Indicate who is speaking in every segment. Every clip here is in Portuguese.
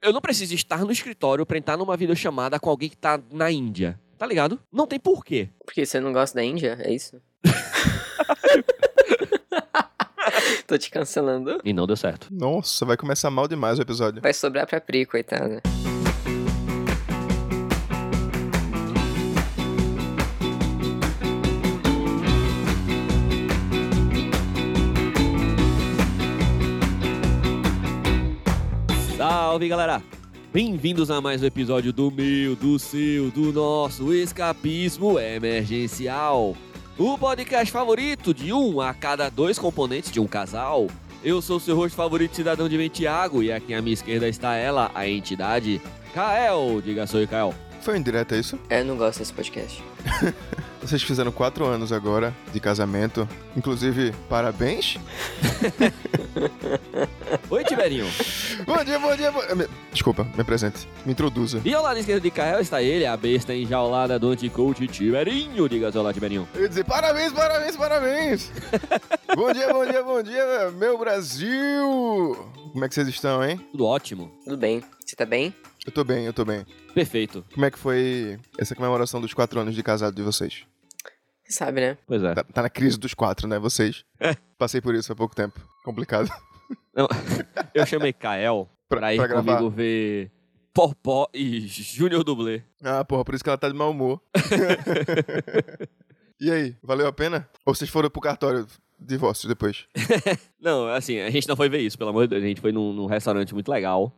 Speaker 1: Eu não preciso estar no escritório pra entrar numa videochamada com alguém que tá na Índia. Tá ligado? Não tem porquê.
Speaker 2: Porque você não gosta da Índia? É isso? Tô te cancelando.
Speaker 1: E não deu certo.
Speaker 3: Nossa, vai começar mal demais o episódio.
Speaker 2: Vai sobrar pra Pri, coitada.
Speaker 1: Salve, galera! Bem-vindos a mais um episódio do meu, do seu, do nosso Escapismo Emergencial. O podcast favorito de um a cada dois componentes de um casal. Eu sou o seu host favorito, cidadão de Ventiago, e aqui à minha esquerda está ela, a entidade, Kael. Diga sou eu, Kael.
Speaker 3: Foi indireta isso?
Speaker 2: Eu não gosto desse podcast.
Speaker 3: Vocês fizeram quatro anos agora de casamento. Inclusive, parabéns.
Speaker 1: Oi, Tiberinho.
Speaker 3: Bom dia, bom dia, bom... eh, me- Desculpa, me apresente. Me introduza.
Speaker 1: E ao lado esquerdo de Kael está ele, a besta enjaulada do anticoach Tiberinho. Diga sou lá, Tiberinho.
Speaker 3: Eu ia dizer parabéns, parabéns, parabéns. bom dia, bom dia, bom dia, meu Brasil. Como é que vocês estão, hein?
Speaker 1: Tudo ótimo.
Speaker 2: Tudo bem. Você tá bem?
Speaker 3: Eu tô bem, eu tô bem.
Speaker 1: Perfeito.
Speaker 3: Como é que foi essa comemoração dos quatro anos de casado de vocês?
Speaker 2: Você sabe, né?
Speaker 1: Pois é.
Speaker 3: Tá, tá na crise dos quatro, né, vocês? Passei por isso há pouco tempo. Complicado.
Speaker 1: Eu chamei Kael pra, ir comigo ver Popó e Júnior Dublê.
Speaker 3: Ah, porra, por isso que ela tá de mau humor. e aí, valeu a pena? Ou vocês foram pro cartório divórcio depois?
Speaker 1: Não, assim, a gente não foi ver isso, pelo amor de Deus. A gente foi num, num restaurante muito legal.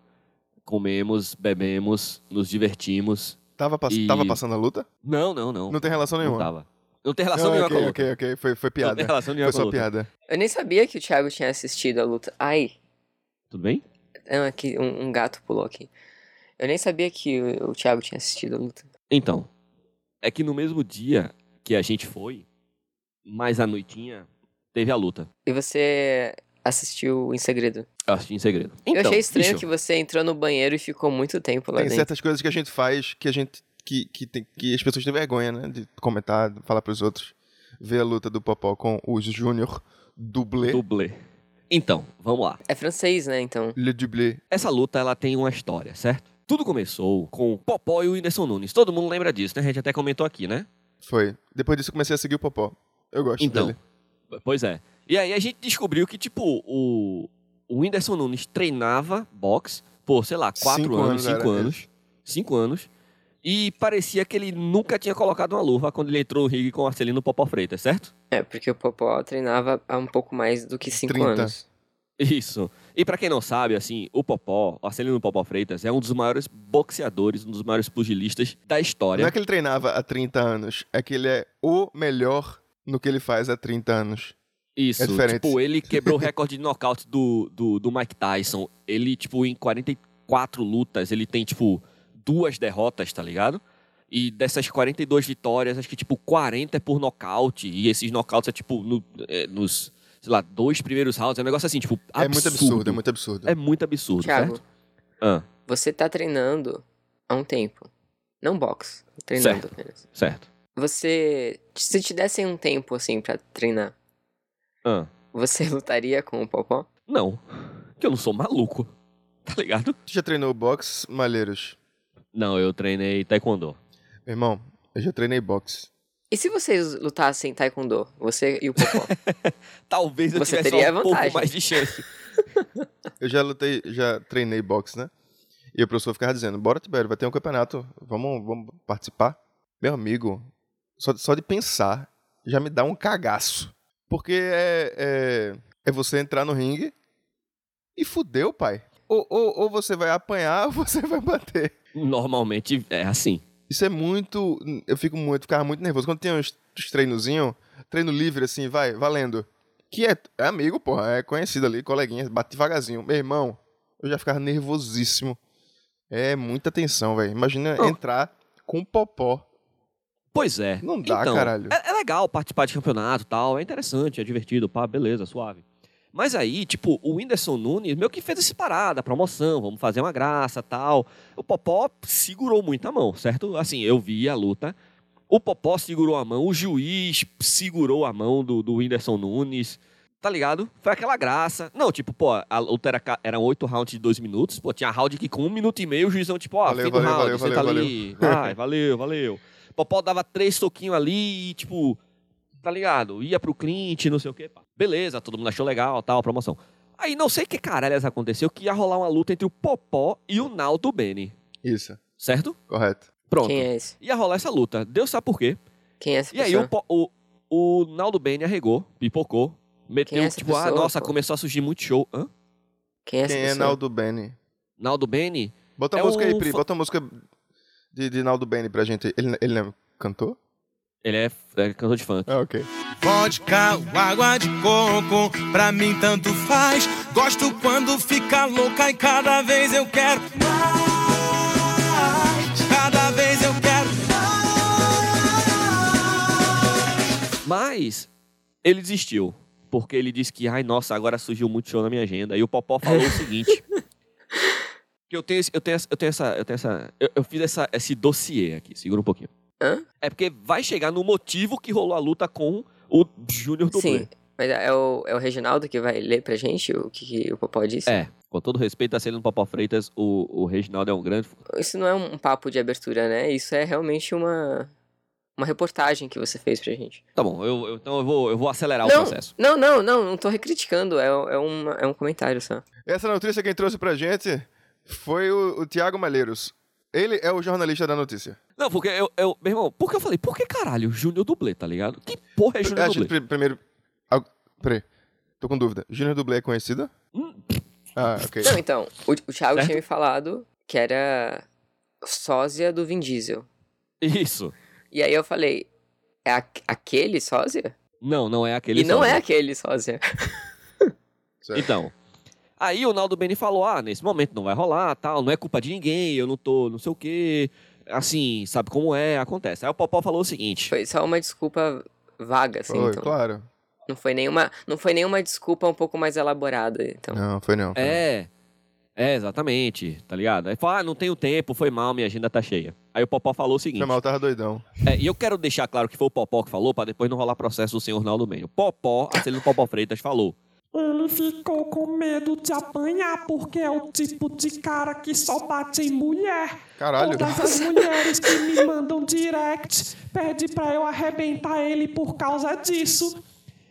Speaker 1: Comemos, bebemos, nos divertimos.
Speaker 3: Tava, pass-
Speaker 1: E-
Speaker 3: tava passando a luta?
Speaker 1: Não, não, não.
Speaker 3: Não tem relação
Speaker 1: não
Speaker 3: nenhuma.
Speaker 1: tava. Não tem relação
Speaker 3: Ah,
Speaker 1: nenhuma
Speaker 3: ok,
Speaker 1: com a luta.
Speaker 3: ok, ok. Foi, foi
Speaker 1: Não tem
Speaker 3: piada.
Speaker 1: relação nenhuma
Speaker 3: Foi
Speaker 1: com a
Speaker 3: só
Speaker 1: luta.
Speaker 3: piada.
Speaker 2: Eu nem sabia que o Thiago tinha assistido a luta. Ai,
Speaker 1: Tudo bem?
Speaker 2: não, aqui, um, um gato pulou aqui. Eu nem sabia que o, o Thiago tinha assistido a luta.
Speaker 1: Então, é que no mesmo dia que a gente foi, mais à noitinha, teve a luta.
Speaker 2: E você assistiu em segredo.
Speaker 1: Eu assisti em segredo. Então,
Speaker 2: eu achei estranho
Speaker 1: bicho,
Speaker 2: que você entrou no banheiro e ficou muito tempo lá
Speaker 3: Tem
Speaker 2: dentro.
Speaker 3: certas coisas que a gente faz que a gente. Que, que, tem, que as pessoas têm vergonha, né? De comentar, de falar pros outros. Ver a luta do Popó com o Júnior Dublê.
Speaker 1: Dublê. Então, vamos lá.
Speaker 2: É francês, né, então?
Speaker 3: Le Dublé.
Speaker 1: Essa luta, ela tem uma história, certo? Tudo começou com Popó e o Whindersson Nunes. Todo mundo lembra disso, né? A gente até comentou aqui, né?
Speaker 3: Foi. Depois disso eu comecei a seguir o Popó. Eu gosto
Speaker 1: Então,
Speaker 3: dele.
Speaker 1: Pois é. E aí a gente descobriu que, tipo, o, o Whindersson Nunes treinava boxe por, sei lá, quatro
Speaker 3: Cinco
Speaker 1: anos,
Speaker 3: anos,
Speaker 1: cinco
Speaker 3: era
Speaker 1: anos. Cinco anos. E parecia que ele nunca tinha colocado uma luva quando ele entrou no ringue com o Arcelino Popó Freitas, certo?
Speaker 2: É, porque o Popó treinava há um pouco mais do que cinco
Speaker 3: 30.
Speaker 2: anos.
Speaker 1: Isso. E pra quem não sabe, assim, o Popó, o Arcelino Popó Freitas, é um dos maiores boxeadores, um dos maiores pugilistas da história.
Speaker 3: Não é que ele treinava há 30 anos, é que ele é o melhor no que ele faz há 30 anos.
Speaker 1: Isso,
Speaker 3: É diferente.
Speaker 1: tipo, ele quebrou o recorde de nocaute do, do, do Mike Tyson. Ele, tipo, em 44 lutas, ele tem, tipo, duas derrotas, tá ligado? E dessas 42 vitórias, acho que, tipo, 40 é por nocaute. E esses nocautes é, tipo, no- é, nos, sei lá, dois primeiros rounds. É um negócio assim, tipo, absurdo.
Speaker 3: É muito absurdo, é muito absurdo.
Speaker 1: É muito absurdo,
Speaker 2: Thiago,
Speaker 1: certo? Ah,
Speaker 2: você tá treinando há um tempo. Não boxe, treinando
Speaker 1: Certo.
Speaker 2: apenas.
Speaker 1: certo.
Speaker 2: Você. Se te dessem um tempo, assim, pra treinar,
Speaker 1: Ah,
Speaker 2: você lutaria com o Popó?
Speaker 1: não, que eu não sou maluco, tá ligado?
Speaker 3: Tu já treinou boxe, Malheiros?
Speaker 1: Não, eu treinei taekwondo.
Speaker 3: Meu Irmão, eu já treinei boxe.
Speaker 2: E se vocês lutassem Taekwondo, você e o Popó?
Speaker 1: Talvez eu
Speaker 2: Você
Speaker 1: tivesse
Speaker 2: teria
Speaker 1: um pouco
Speaker 2: vantagem.
Speaker 1: mais de chance.
Speaker 3: Eu já lutei, já treinei boxe, né? E o professor ficava dizendo, bora, Tibério, vai ter um campeonato, vamos, vamos participar? Meu amigo, só, só de pensar já me dá um cagaço. Porque é, é, é você entrar no ringue e fudeu, pai. Ou, ou, ou você vai apanhar ou você vai bater.
Speaker 1: Normalmente é assim.
Speaker 3: Isso é muito. Eu fico muito, ficava muito nervoso. Quando tinha uns, uns treinozinho, treino livre, assim, vai, valendo. Que é, é amigo, porra, é conhecido ali, coleguinha, bate devagarzinho. Meu irmão, eu já ficava nervosíssimo. É muita tensão, velho. Imagina
Speaker 1: Não.
Speaker 3: entrar com um popó.
Speaker 1: Pois é.
Speaker 3: Não dá,
Speaker 1: então,
Speaker 3: caralho.
Speaker 1: É, é legal participar de campeonato e tal, é interessante, é divertido, pá, beleza, suave. Mas aí, tipo, o Whindersson Nunes meio que fez essa parada, promoção, vamos fazer uma graça tal. O Popó segurou muito a mão, certo? Assim, eu vi a luta. O Popó segurou a mão, o juiz segurou a mão do, do Whindersson Nunes. tá ligado? Foi aquela graça. Não, tipo, pô, a luta era, ca- eram oito rounds de dois minutos. Pô, tinha round que com um minuto e meio o juizão, tipo, ó,
Speaker 3: Valeu,
Speaker 1: fim do
Speaker 3: valeu,
Speaker 1: round,
Speaker 3: valeu,
Speaker 1: senta
Speaker 3: valeu,
Speaker 1: ali. Vai, valeu, valeu. Popó dava três soquinhos ali e, tipo, tá ligado? Ia pro Clint, não sei o quê. pá. Beleza, todo mundo achou legal, tal, promoção. Aí não sei que caralhas aconteceu que ia rolar uma luta entre o Popó e o Naldo Bene,
Speaker 3: Isso,
Speaker 1: certo?
Speaker 3: correto.
Speaker 1: Pronto.
Speaker 2: Quem é esse?
Speaker 1: Ia rolar essa luta. Deus sabe por quê.
Speaker 2: Quem é essa
Speaker 1: E aí
Speaker 2: pessoa?
Speaker 1: o, po- o, o Naldo Bene arregou, pipocou, meteu,
Speaker 2: Quem é essa
Speaker 1: tipo, ah,
Speaker 2: pessoa,
Speaker 1: nossa,
Speaker 2: pô?
Speaker 1: começou a surgir muito show. Hã?
Speaker 2: Quem é essa
Speaker 3: Quem é
Speaker 2: pessoa?
Speaker 3: Naldo Bene?
Speaker 1: Naldo Bene?
Speaker 3: Bota a
Speaker 1: É
Speaker 3: música aí,
Speaker 1: o
Speaker 3: Pri.
Speaker 1: fa-
Speaker 3: Bota a música de, de Naldo Bene pra gente. Ele, ele não é cantou?
Speaker 1: Ele é, é cantor de funk.
Speaker 3: Ah, ok.
Speaker 4: Vodka, ou água de coco, pra mim tanto faz. Gosto quando fica louca e cada vez eu quero mais. Cada vez eu quero
Speaker 1: Mas ele desistiu, porque ele disse que, ai, nossa, agora surgiu muito show na minha agenda. E o Popó falou o seguinte... que Eu tenho, esse- eu tenho, essa- eu tenho essa. Eu tenho essa. Eu, eu fiz essa, esse dossiê aqui, segura um pouquinho.
Speaker 2: Hã?
Speaker 1: É porque vai chegar no motivo que rolou a luta com o Júnior do
Speaker 2: Sim, mas é o, é o Reginaldo que vai ler pra gente o que, que o Popó disse?
Speaker 1: É, com todo respeito a Celino Popó Freitas, o, o Reginaldo é um grande
Speaker 2: Isso não é um papo de abertura, né? Isso é realmente uma, uma reportagem que você fez pra gente.
Speaker 1: Tá bom, eu, eu- então eu vou, eu vou acelerar
Speaker 2: não,
Speaker 1: o processo.
Speaker 2: não, não, não, não tô recriticando. É, é, uma, é um comentário só.
Speaker 3: Essa notícia quem trouxe pra gente foi o, o Tiago Malheiros. Ele é o jornalista da notícia.
Speaker 1: Não, porque eu, eu. Meu irmão, porque eu falei, por que caralho, Júnior Dublê, tá ligado? Que porra é
Speaker 3: Ah,
Speaker 1: Júnior
Speaker 3: gente,
Speaker 1: Dublê?
Speaker 3: pri- primeiro. Ah, peraí. Tô com dúvida. Júnior Dublê é conhecido?
Speaker 1: Hum.
Speaker 3: Ah, ok.
Speaker 2: Não, então, o, o Thiago
Speaker 1: Certo.
Speaker 2: tinha me falado que era sósia do Vin Diesel.
Speaker 1: Isso.
Speaker 2: E aí eu falei, é a- aquele sósia?
Speaker 1: Não, não é aquele.
Speaker 2: e não
Speaker 1: sósia.
Speaker 2: é aquele sósia.
Speaker 3: Certo.
Speaker 1: Então. Aí o Naldo Beni falou: ah, nesse momento não vai rolar, tal, não é culpa de ninguém, eu não tô, não sei o quê. Assim, sabe como é, acontece. Aí o Popó falou o seguinte:
Speaker 2: Foi só uma desculpa vaga, assim,
Speaker 3: Foi,
Speaker 2: então.
Speaker 3: claro.
Speaker 2: Não foi nenhuma, não foi nenhuma desculpa um pouco mais elaborada, então.
Speaker 3: Não, foi não. foi não.
Speaker 1: É. É, exatamente, tá ligado? Aí falou: ah, não tenho tempo, foi mal, minha agenda tá cheia. Aí o Popó falou o seguinte:
Speaker 3: Foi mal, tava doidão.
Speaker 1: É, e eu quero deixar claro que foi o Popó que falou, pra depois não rolar processo do senhor Naldo Meio. Popó, Acelino Popó Freitas, falou.
Speaker 5: Ele ficou com medo de apanhar porque é o tipo de cara que só bate em mulher.
Speaker 3: Caralho.
Speaker 5: Todas as mulheres que me mandam direct pedem pra eu arrebentar ele por causa disso.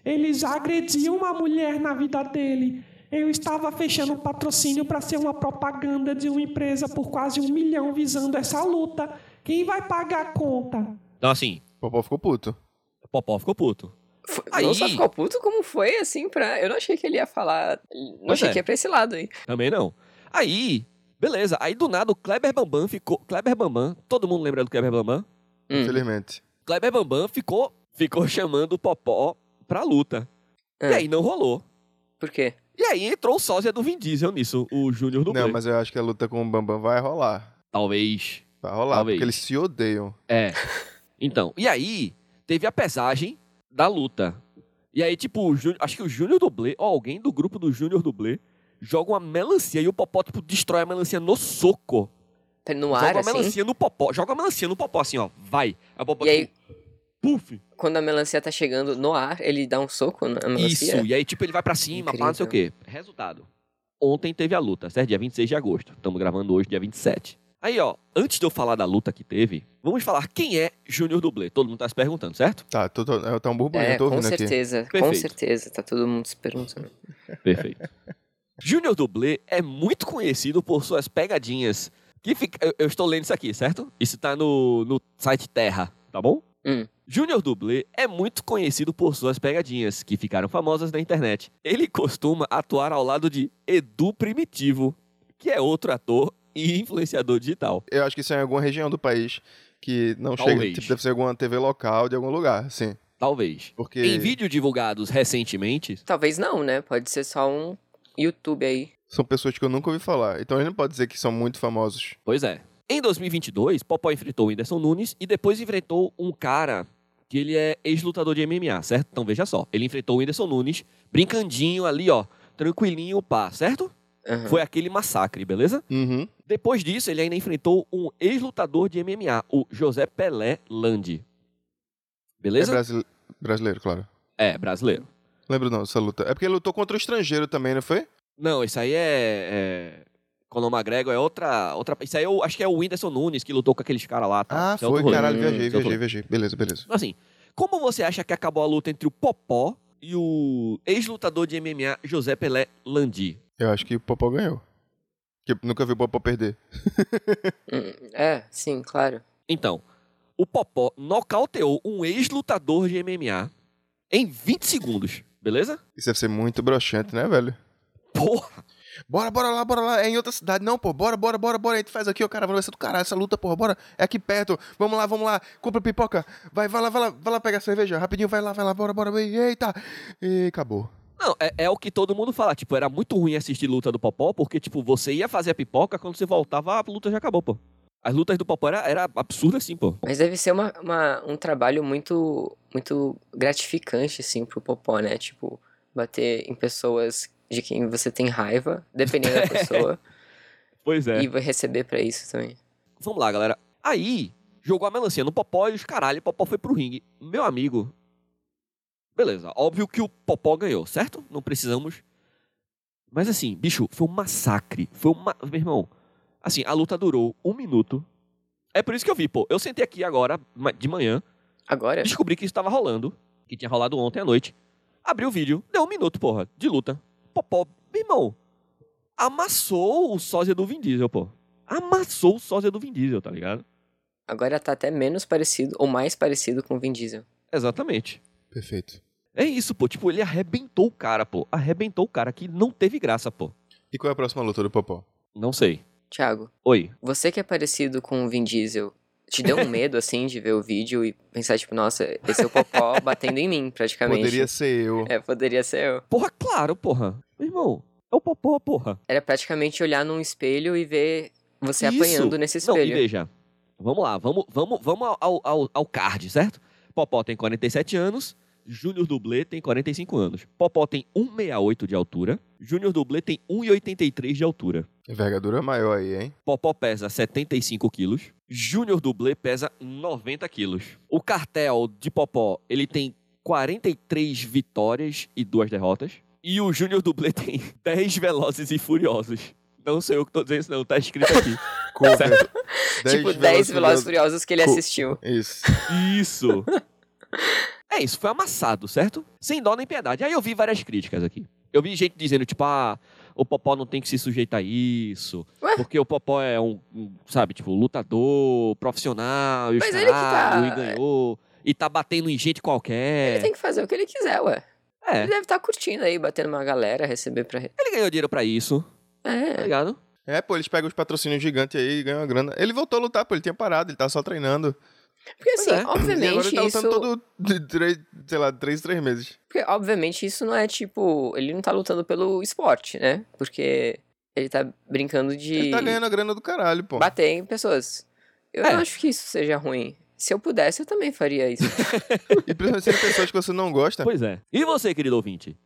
Speaker 5: Ele já agrediu uma mulher na vida dele. Eu estava fechando um patrocínio pra ser uma propaganda de uma empresa por quase um milhão visando essa luta. Quem vai pagar a conta?
Speaker 1: Então, assim,
Speaker 3: O Popó ficou puto.
Speaker 1: o Popó ficou puto.
Speaker 2: Foi-
Speaker 1: Aí-
Speaker 2: Não só ficou puto, como foi, assim, pra... Eu não achei que ele ia falar... Não
Speaker 1: Pois
Speaker 2: achei
Speaker 1: é.
Speaker 2: que ia pra esse lado, hein?
Speaker 1: Também não. Aí, beleza. Aí, do nada, o Kleber Bambam ficou... Kleber Bambam, todo mundo lembra do Kleber Bambam?
Speaker 2: Hum.
Speaker 3: Infelizmente.
Speaker 1: Kleber Bambam ficou, ficou chamando o Popó pra luta. E
Speaker 2: É.
Speaker 1: aí, não rolou.
Speaker 2: Por quê?
Speaker 1: E aí, entrou o sósia do Vin Diesel nisso, o Júnior do
Speaker 3: Não, mas eu acho que a luta com o Bambam vai rolar.
Speaker 1: Talvez...
Speaker 3: Vai rolar,
Speaker 1: Talvez.
Speaker 3: porque eles se odeiam.
Speaker 1: É. Então, e aí, teve a pesagem da luta. E aí, tipo, o Júnior- acho que o Júnior Dublê, ou alguém do grupo do Júnior Dublê, joga uma melancia e o Popó, tipo, destrói a melancia no soco.
Speaker 2: Tá No
Speaker 1: joga
Speaker 2: ar,
Speaker 1: a
Speaker 2: assim?
Speaker 1: Então, melancia no Popó. Joga a melancia no Popó, assim, ó. Vai. Aí o Popó,
Speaker 2: E aí,
Speaker 1: tipo, puf.
Speaker 2: quando a melancia tá chegando no ar, ele dá um soco na melancia?
Speaker 1: Isso. E aí, tipo, ele vai pra cima, pá, não sei o quê. Resultado. Ontem teve a luta, certo? Dia 26 de agosto. Estamos gravando hoje, dia 27. Aí, ó, antes de eu falar da luta que teve, vamos falar quem é Júnior Dublê. Todo mundo tá se perguntando, certo?
Speaker 3: Tá, tô, tô, eu tô um burburinho,
Speaker 2: É,
Speaker 3: eu tô
Speaker 2: com
Speaker 3: ouvindo aqui.
Speaker 2: certeza, com
Speaker 1: Perfeito.
Speaker 2: certeza. Tá todo mundo se perguntando.
Speaker 1: Perfeito. Júnior Dublê é muito conhecido por suas pegadinhas. Que fica- eu, eu estou lendo isso aqui, certo? Isso tá no, no site Terra, tá bom?
Speaker 2: Hum.
Speaker 1: Júnior Dublê é muito conhecido por suas pegadinhas, que ficaram famosas na internet. Ele costuma atuar ao lado de Edu Primitivo, que é outro ator e influenciador digital.
Speaker 3: Eu acho que isso é em alguma região do país que não chega.
Speaker 1: Talvez.
Speaker 3: Tipo, deve ser alguma TV local de algum lugar, sim.
Speaker 1: Talvez.
Speaker 3: Porque.
Speaker 1: Em vídeos divulgados recentemente,
Speaker 2: Talvez não, né? Pode ser só um YouTube aí.
Speaker 3: São pessoas que eu nunca ouvi falar. Então ele não pode dizer que são muito famosos.
Speaker 1: Pois é. Em 2022, Popó enfrentou o Whindersson Nunes e depois enfrentou um cara que ele é ex-lutador de MMA, certo? Então veja só, ele enfrentou o Whindersson Nunes brincandinho ali, ó, tranquilinho, pá, certo?
Speaker 2: Aham.
Speaker 1: Foi aquele massacre, beleza?
Speaker 3: Uhum.
Speaker 1: Depois disso, ele ainda enfrentou um ex-lutador de MMA, o José Pelé Landi.
Speaker 3: É
Speaker 1: Beleza?
Speaker 3: brasile- É brasileiro, claro.
Speaker 1: É, brasileiro.
Speaker 3: Lembro não dessa luta. É porque ele lutou contra o estrangeiro também, não foi?
Speaker 1: Não, isso aí é. é... Conor McGregor é outra, outra. Isso aí eu acho que é o Whindersson Nunes que lutou com aqueles caras lá. Tá?
Speaker 3: Ah,
Speaker 1: Isso é outro
Speaker 3: foi,
Speaker 1: rolê.
Speaker 3: caralho, viajei,
Speaker 1: Isso é outro
Speaker 3: viajei, viajei. Beleza, beleza.
Speaker 1: Assim, como você acha que acabou a luta entre o Popó e o ex-lutador de MMA José Pelé Landi?
Speaker 3: Eu acho que o Popó ganhou. Que eu nunca vi o Popó perder.
Speaker 2: Hum, É, sim, claro.
Speaker 1: Então, o Popó nocauteou um ex-lutador de MMA em 20 segundos, beleza?
Speaker 3: Isso deve ser muito broxante, né, velho?
Speaker 1: Porra!
Speaker 3: Bora, bora lá, bora lá. É em outra cidade. Não, pô, bora, bora, bora, bora. A gente faz aqui, ó, cara. Vai ser é do caralho essa luta, porra. Bora. É aqui perto. Vamos lá, vamos lá. Compra pipoca. Vai, vai lá, vai lá, vai lá pegar cerveja. Rapidinho, vai lá, vai lá, bora, bora. vai. Eita. E acabou.
Speaker 1: Não, é, é o que todo mundo fala. Tipo, era muito ruim assistir luta do Popó, porque, tipo, você ia fazer a pipoca, quando você voltava, a luta já acabou, pô. As lutas do Popó era, era absurda assim, pô.
Speaker 2: Mas deve ser uma, uma- um trabalho muito, muito gratificante, assim, pro Popó, né? Tipo, bater em pessoas de quem você tem raiva, dependendo da pessoa,
Speaker 1: Pois é.
Speaker 2: e vai receber pra isso também.
Speaker 1: Vamos lá, galera. Aí, jogou a melancia no Popó e os caralho, o Popó foi pro ringue. Meu amigo. Beleza, óbvio que o Popó ganhou, certo? Não precisamos. Mas assim, bicho, foi um massacre. Foi uma. Meu irmão, assim, a luta durou um minuto. É por isso que eu vi, pô. Eu sentei aqui agora, ma- de manhã,
Speaker 2: Agora,
Speaker 1: descobri que isso tava rolando, que tinha rolado ontem à noite. Abri o vídeo, deu um minuto, porra, de luta. Popó, meu irmão, amassou o sósia do Vin Diesel, pô. Amassou o sósia do Vin Diesel, tá ligado?
Speaker 2: agora tá até menos parecido, ou mais parecido com o Vin Diesel.
Speaker 1: Exatamente.
Speaker 3: Perfeito.
Speaker 1: É isso, pô. Tipo, ele arrebentou o cara, pô. Arrebentou o cara que não teve graça, pô.
Speaker 3: E qual é a próxima luta do Popó?
Speaker 1: Não sei.
Speaker 2: Thiago,
Speaker 1: Oi.
Speaker 2: você que é parecido com o Vin Diesel, te deu um medo, assim, de ver o vídeo e pensar, tipo, nossa, esse é o Popó batendo em mim, praticamente.
Speaker 3: Poderia ser eu.
Speaker 2: É, poderia ser eu.
Speaker 1: Porra, claro, porra. Meu irmão, é o popó, porra.
Speaker 2: Era praticamente olhar num espelho e ver você
Speaker 1: Isso.
Speaker 2: apanhando nesse
Speaker 1: Não, e
Speaker 2: espelho.
Speaker 1: veja. Vamos lá, vamos, vamos, vamos ao, ao, ao card, certo? Popó tem 47 anos, Júnior Dublê tem 45 anos. Popó tem 1,68 de altura, Júnior Dublê tem 1,83 de altura.
Speaker 3: Envergadura maior aí, hein?
Speaker 1: Popó pesa 75 quilos, Júnior Dublê pesa 90 quilos. O cartel de Popó, ele tem 43 vitórias e duas derrotas. E o Júnior Dublê tem 10 velozes e furiosos. Não sei eu que tô dizendo isso não, tá escrito aqui.
Speaker 3: Cover.
Speaker 2: tipo, 10 Velozes Furiosos que ele
Speaker 3: Co-
Speaker 2: assistiu.
Speaker 3: Isso.
Speaker 1: Isso. É isso, foi amassado, certo? Sem dó nem piedade. Aí eu vi várias críticas aqui. Eu vi gente dizendo, tipo, ah, o Popó não tem que se sujeitar a isso.
Speaker 2: Ué?
Speaker 1: Porque o Popó é um, um, sabe, tipo, lutador, profissional, e os
Speaker 2: Mas ele que
Speaker 1: caralho,
Speaker 2: tá-
Speaker 1: e ganhou. E tá batendo em gente qualquer.
Speaker 3: É.
Speaker 2: Ele tem que fazer o que ele quiser, ué.
Speaker 1: É,
Speaker 2: Ele deve estar curtindo aí, batendo uma galera, receber pra.
Speaker 1: ele ganhou dinheiro pra isso, tá
Speaker 2: É.
Speaker 1: ligado?
Speaker 3: É, pô, eles pegam os patrocínios gigantes aí e ganham a grana. Ele voltou a lutar, pô, ele tinha parado, ele tá só treinando.
Speaker 2: Porque assim,
Speaker 1: é.
Speaker 3: e agora
Speaker 2: obviamente
Speaker 3: ele tá
Speaker 2: isso.
Speaker 3: lutando todo, de três, sei lá, três, três meses.
Speaker 2: Porque, obviamente, isso não é tipo. Ele não tá lutando pelo esporte, né? Porque ele tá brincando de.
Speaker 3: Ele tá ganhando a grana do caralho, pô.
Speaker 2: bater em pessoas. Eu
Speaker 1: É.
Speaker 2: não acho que isso seja ruim. Se eu pudesse, eu também faria isso.
Speaker 3: E principalmente sendo pessoas que você não gosta.
Speaker 1: Pois é. E você, querido ouvinte?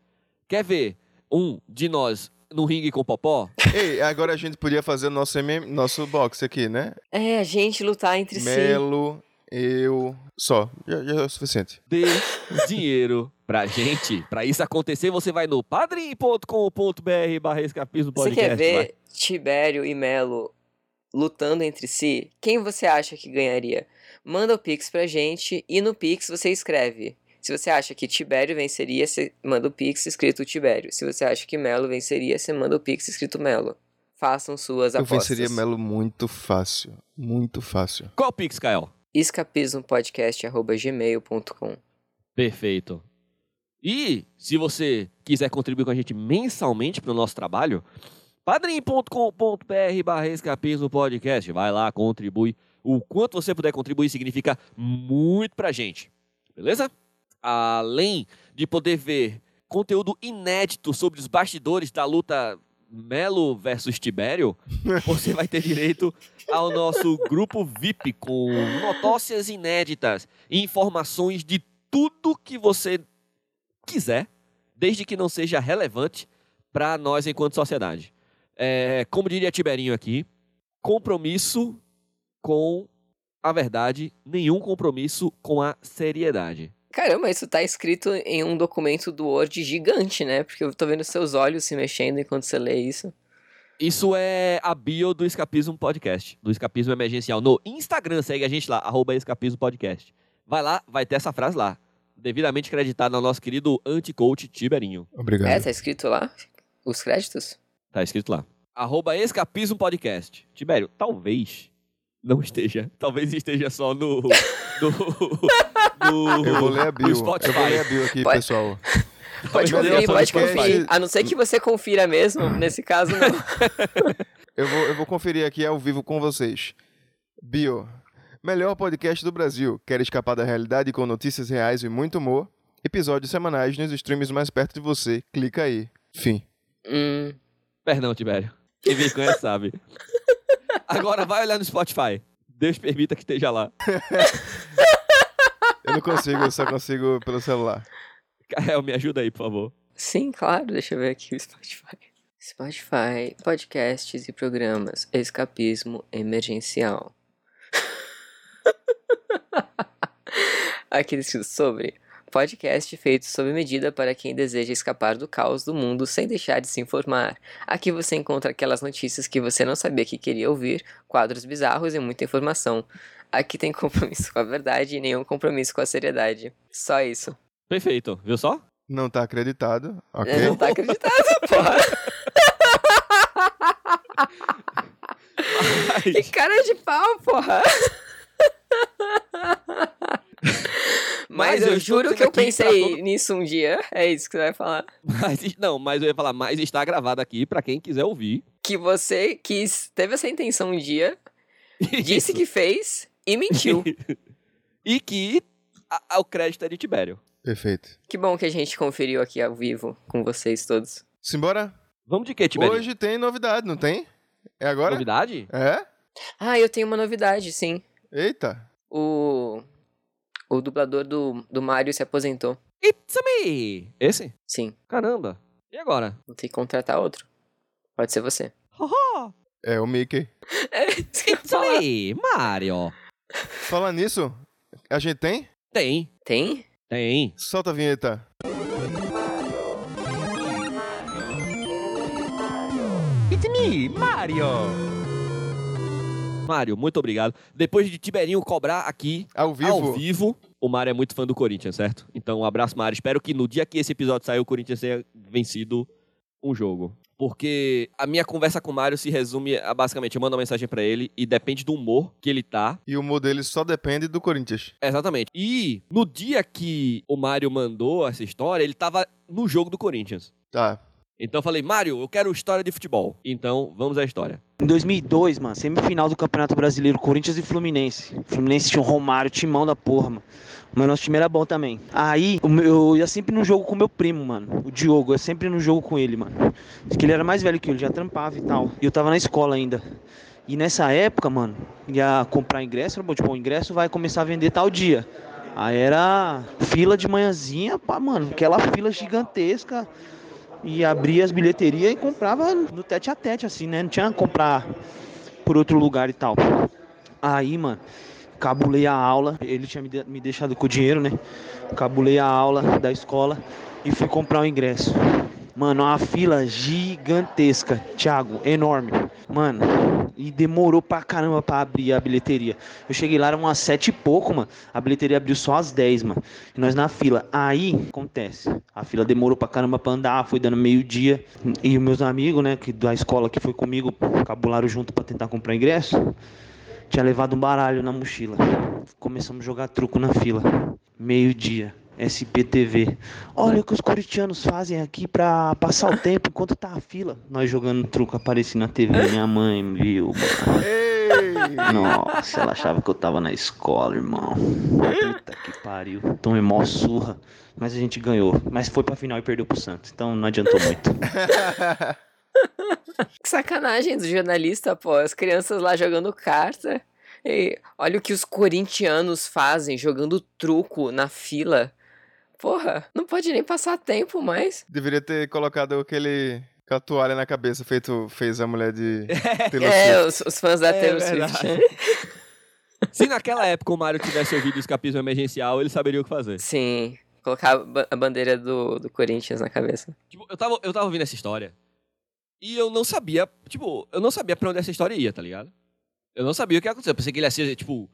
Speaker 1: Quer ver um de nós no ringue com o Popó?
Speaker 3: Ei, agora a gente podia fazer nosso, MM, nosso box aqui, né?
Speaker 2: é, a gente lutar entre si.
Speaker 3: Melo, eu. Só. Já, já é o suficiente.
Speaker 1: dê dinheiro pra gente. Pra isso acontecer, você vai no padrim.com.br barra escapismo
Speaker 2: Você
Speaker 1: podcast.
Speaker 2: quer ver Tibério e Melo lutando entre si? Quem você acha que ganharia? Manda o Pix pra gente e no Pix você escreve. Se você acha que Tibério venceria, você manda o Pix escrito Tibério. Se você acha que Melo venceria, você manda o Pix escrito Melo. Façam suas
Speaker 3: Eu
Speaker 2: apostas.
Speaker 3: venceria Melo muito fácil. Muito fácil.
Speaker 1: vai. Qual pix, Kael?
Speaker 2: escapismopodcast.gmail.com
Speaker 1: Perfeito. E se você quiser contribuir com a gente mensalmente pro nosso trabalho, padrim.com.br barra escapismo podcast. Vai lá, contribui. O quanto você puder contribuir significa muito pra gente. Beleza? Além de poder ver conteúdo inédito sobre os bastidores da luta Melo versus Tibério, você vai ter direito ao nosso grupo VIP com notócias inéditas e informações de tudo que você quiser, desde que não seja relevante para nós enquanto sociedade. É, como diria Tiberinho aqui, compromisso com a verdade, nenhum compromisso com a seriedade.
Speaker 2: Caramba, isso tá escrito em um documento do Word gigante, né? Porque eu tô vendo seus olhos se mexendo enquanto você lê isso.
Speaker 1: Isso é a bio do Escapismo Podcast, do Escapismo Emergencial. No Instagram, segue a gente lá, arroba Escapismo Podcast. Vai lá, vai ter essa frase lá. Devidamente creditada ao nosso querido anti-coach Tiberinho.
Speaker 3: Obrigado.
Speaker 2: É, tá escrito lá? Os créditos?
Speaker 1: Tá escrito lá. Arroba Escapismo Podcast. Tibério, talvez não esteja. Talvez esteja só no. no, no
Speaker 2: é
Speaker 3: Eu vou ler a bio.
Speaker 1: no
Speaker 3: Eu vou
Speaker 1: Spotify.
Speaker 3: ler a bio aqui,
Speaker 2: Pode-
Speaker 3: pessoal.
Speaker 2: Pode
Speaker 1: Pode olhar
Speaker 2: conferir,
Speaker 1: só
Speaker 2: pode
Speaker 1: no Spotify.
Speaker 2: conferir. A não ser que você confira mesmo, nesse caso não.
Speaker 3: Eu vou, eu vou conferir aqui ao vivo com vocês. Bio. Melhor podcast do Brasil. Quer escapar da realidade com notícias reais e muito humor? Episódios semanais nos streams mais perto de você. Clica aí. Fim.
Speaker 2: Hum,
Speaker 1: Perdão, Tibério. Quem vem com essa sabe. Agora vai olhar no Spotify. Deus permita que esteja lá.
Speaker 3: Eu não consigo, eu só consigo pelo celular.
Speaker 1: Carrel, me ajuda aí, por favor.
Speaker 2: sim, claro, deixa eu ver aqui o Spotify. Spotify, podcasts e programas, escapismo emergencial. Aqui tá escrito sobre podcast feito sob medida para quem deseja escapar do caos do mundo sem deixar de se informar. Aqui você encontra aquelas notícias que você não sabia que queria ouvir, quadros bizarros e muita informação. Aqui tem compromisso com a verdade e nenhum compromisso com a seriedade. Só isso.
Speaker 1: Perfeito, viu só?
Speaker 3: Não tá acreditado, ok?
Speaker 2: É, não tá acreditando, porra. Que cara de pau, porra. Mas,
Speaker 1: Mas
Speaker 2: eu,
Speaker 1: eu estou
Speaker 2: juro que eu
Speaker 1: aqui pra
Speaker 2: pensei
Speaker 1: todo-
Speaker 2: nisso um dia. É isso que você vai falar.
Speaker 1: Mas- não, mas eu ia falar, mas está gravado aqui pra quem quiser ouvir.
Speaker 2: Que você quis, teve essa intenção um dia, disse
Speaker 1: Isso.
Speaker 2: que fez e mentiu.
Speaker 1: e que a- a- o crédito é de Tibério.
Speaker 3: Perfeito.
Speaker 2: que bom que a gente conferiu aqui ao vivo com vocês todos.
Speaker 3: Simbora?
Speaker 1: Vamos de quê, Tibério?
Speaker 3: Hoje tem novidade, não tem? É agora?
Speaker 1: Novidade?
Speaker 3: É?
Speaker 2: Ah, eu tenho uma novidade, sim.
Speaker 3: Eita.
Speaker 2: O, o dublador do, do Mario se aposentou.
Speaker 1: It's me! Esse?
Speaker 2: Sim,
Speaker 1: Caramba. E agora?
Speaker 2: vou ter que contratar outro. Pode ser você.
Speaker 3: É o Mickey.
Speaker 2: É isso que eu ia
Speaker 1: It's
Speaker 2: falar.
Speaker 1: me, Mario.
Speaker 3: Falando nisso, a gente tem?
Speaker 1: Tem.
Speaker 2: Tem?
Speaker 1: Tem.
Speaker 3: Solta a vinheta.
Speaker 1: Mário, muito obrigado. Depois de Tiberinho cobrar aqui
Speaker 3: Ao vivo.
Speaker 1: ao vivo, o Mário é muito fã do Corinthians, certo? Então, um abraço, Mário. Espero que no dia que esse episódio sair, o Corinthians tenha vencido um jogo. Porque a minha conversa com o Mário se resume a basicamente, eu mando uma mensagem pra ele e depende do humor que ele tá.
Speaker 3: E o modelo só depende do Corinthians.
Speaker 1: Exatamente. E no dia que o Mário mandou essa história, ele tava no jogo do Corinthians.
Speaker 3: Tá.
Speaker 1: Então eu falei, Mário, eu quero história de futebol. Então, vamos à história.
Speaker 6: Em 2002, mano, semifinal do Campeonato Brasileiro, Corinthians e Fluminense. O Fluminense tinha o Romário, timão da porra, mano. Mas nosso time era bom também. Aí, o meu- eu ia sempre no jogo com meu primo, mano. O Diogo, eu ia sempre no jogo com ele, mano. Porque ele era mais velho que eu, ele já trampava e tal. E eu tava na escola ainda. E nessa época, mano, ia comprar ingresso, era bom, tipo, o ingresso vai começar a vender tal dia. Aí era fila de manhãzinha, pá, mano, aquela fila gigantesca e abria as bilheterias e comprava no tete a tete, assim, né? Não tinha que comprar por outro lugar e tal. Aí, mano, cabulei a aula. Ele tinha me de- me deixado com o dinheiro, né? Cabulei a aula da escola e fui comprar o ingresso. Mano, uma fila gigantesca, Thiago, enorme. Mano, e demorou pra caramba pra abrir a bilheteria. Eu cheguei lá, era umas sete e pouco, mano. A bilheteria abriu só às 10, mano. E nós na fila. Aí, acontece. A fila demorou pra caramba pra andar, foi dando meio-dia. E os meus amigos, né, que da escola que foi comigo, cabularam junto pra tentar comprar ingresso. Tinha levado um baralho na mochila. Começamos a jogar truco na fila. Meio-dia. SPTV. Olha o que os corintianos fazem aqui pra passar o tempo enquanto tá a fila. Nós jogando truco, apareci na TV. Minha mãe viu, mano.
Speaker 3: Ei!
Speaker 6: Nossa, ela achava que eu tava na escola, irmão. Puta que pariu. Tomei mó surra. Mas a gente ganhou. Mas foi pra final e perdeu pro Santos. Então não adiantou muito.
Speaker 2: Que sacanagem do jornalista, pô. As crianças lá jogando carta. E olha o que os corintianos fazem jogando truco na fila. Porra, não pode nem passar tempo mais.
Speaker 3: Deveria ter colocado aquele. aquela toalha na cabeça, feito. fez a mulher de. Taylor
Speaker 2: É,
Speaker 3: Swift.
Speaker 2: os, os fãs da
Speaker 1: É
Speaker 2: Taylor né?
Speaker 1: verdade.
Speaker 2: Swift.
Speaker 1: Se naquela época o Mário tivesse ouvido o escapismo emergencial, ele saberia o que fazer.
Speaker 2: Sim. Colocar a ba- a bandeira do, do Corinthians na cabeça.
Speaker 1: Tipo, eu tava, eu tava ouvindo essa história e eu não sabia, tipo, eu não sabia pra onde essa história ia, tá ligado? Eu não sabia o que ia acontecer. Eu pensei que ele ia ser, tipo,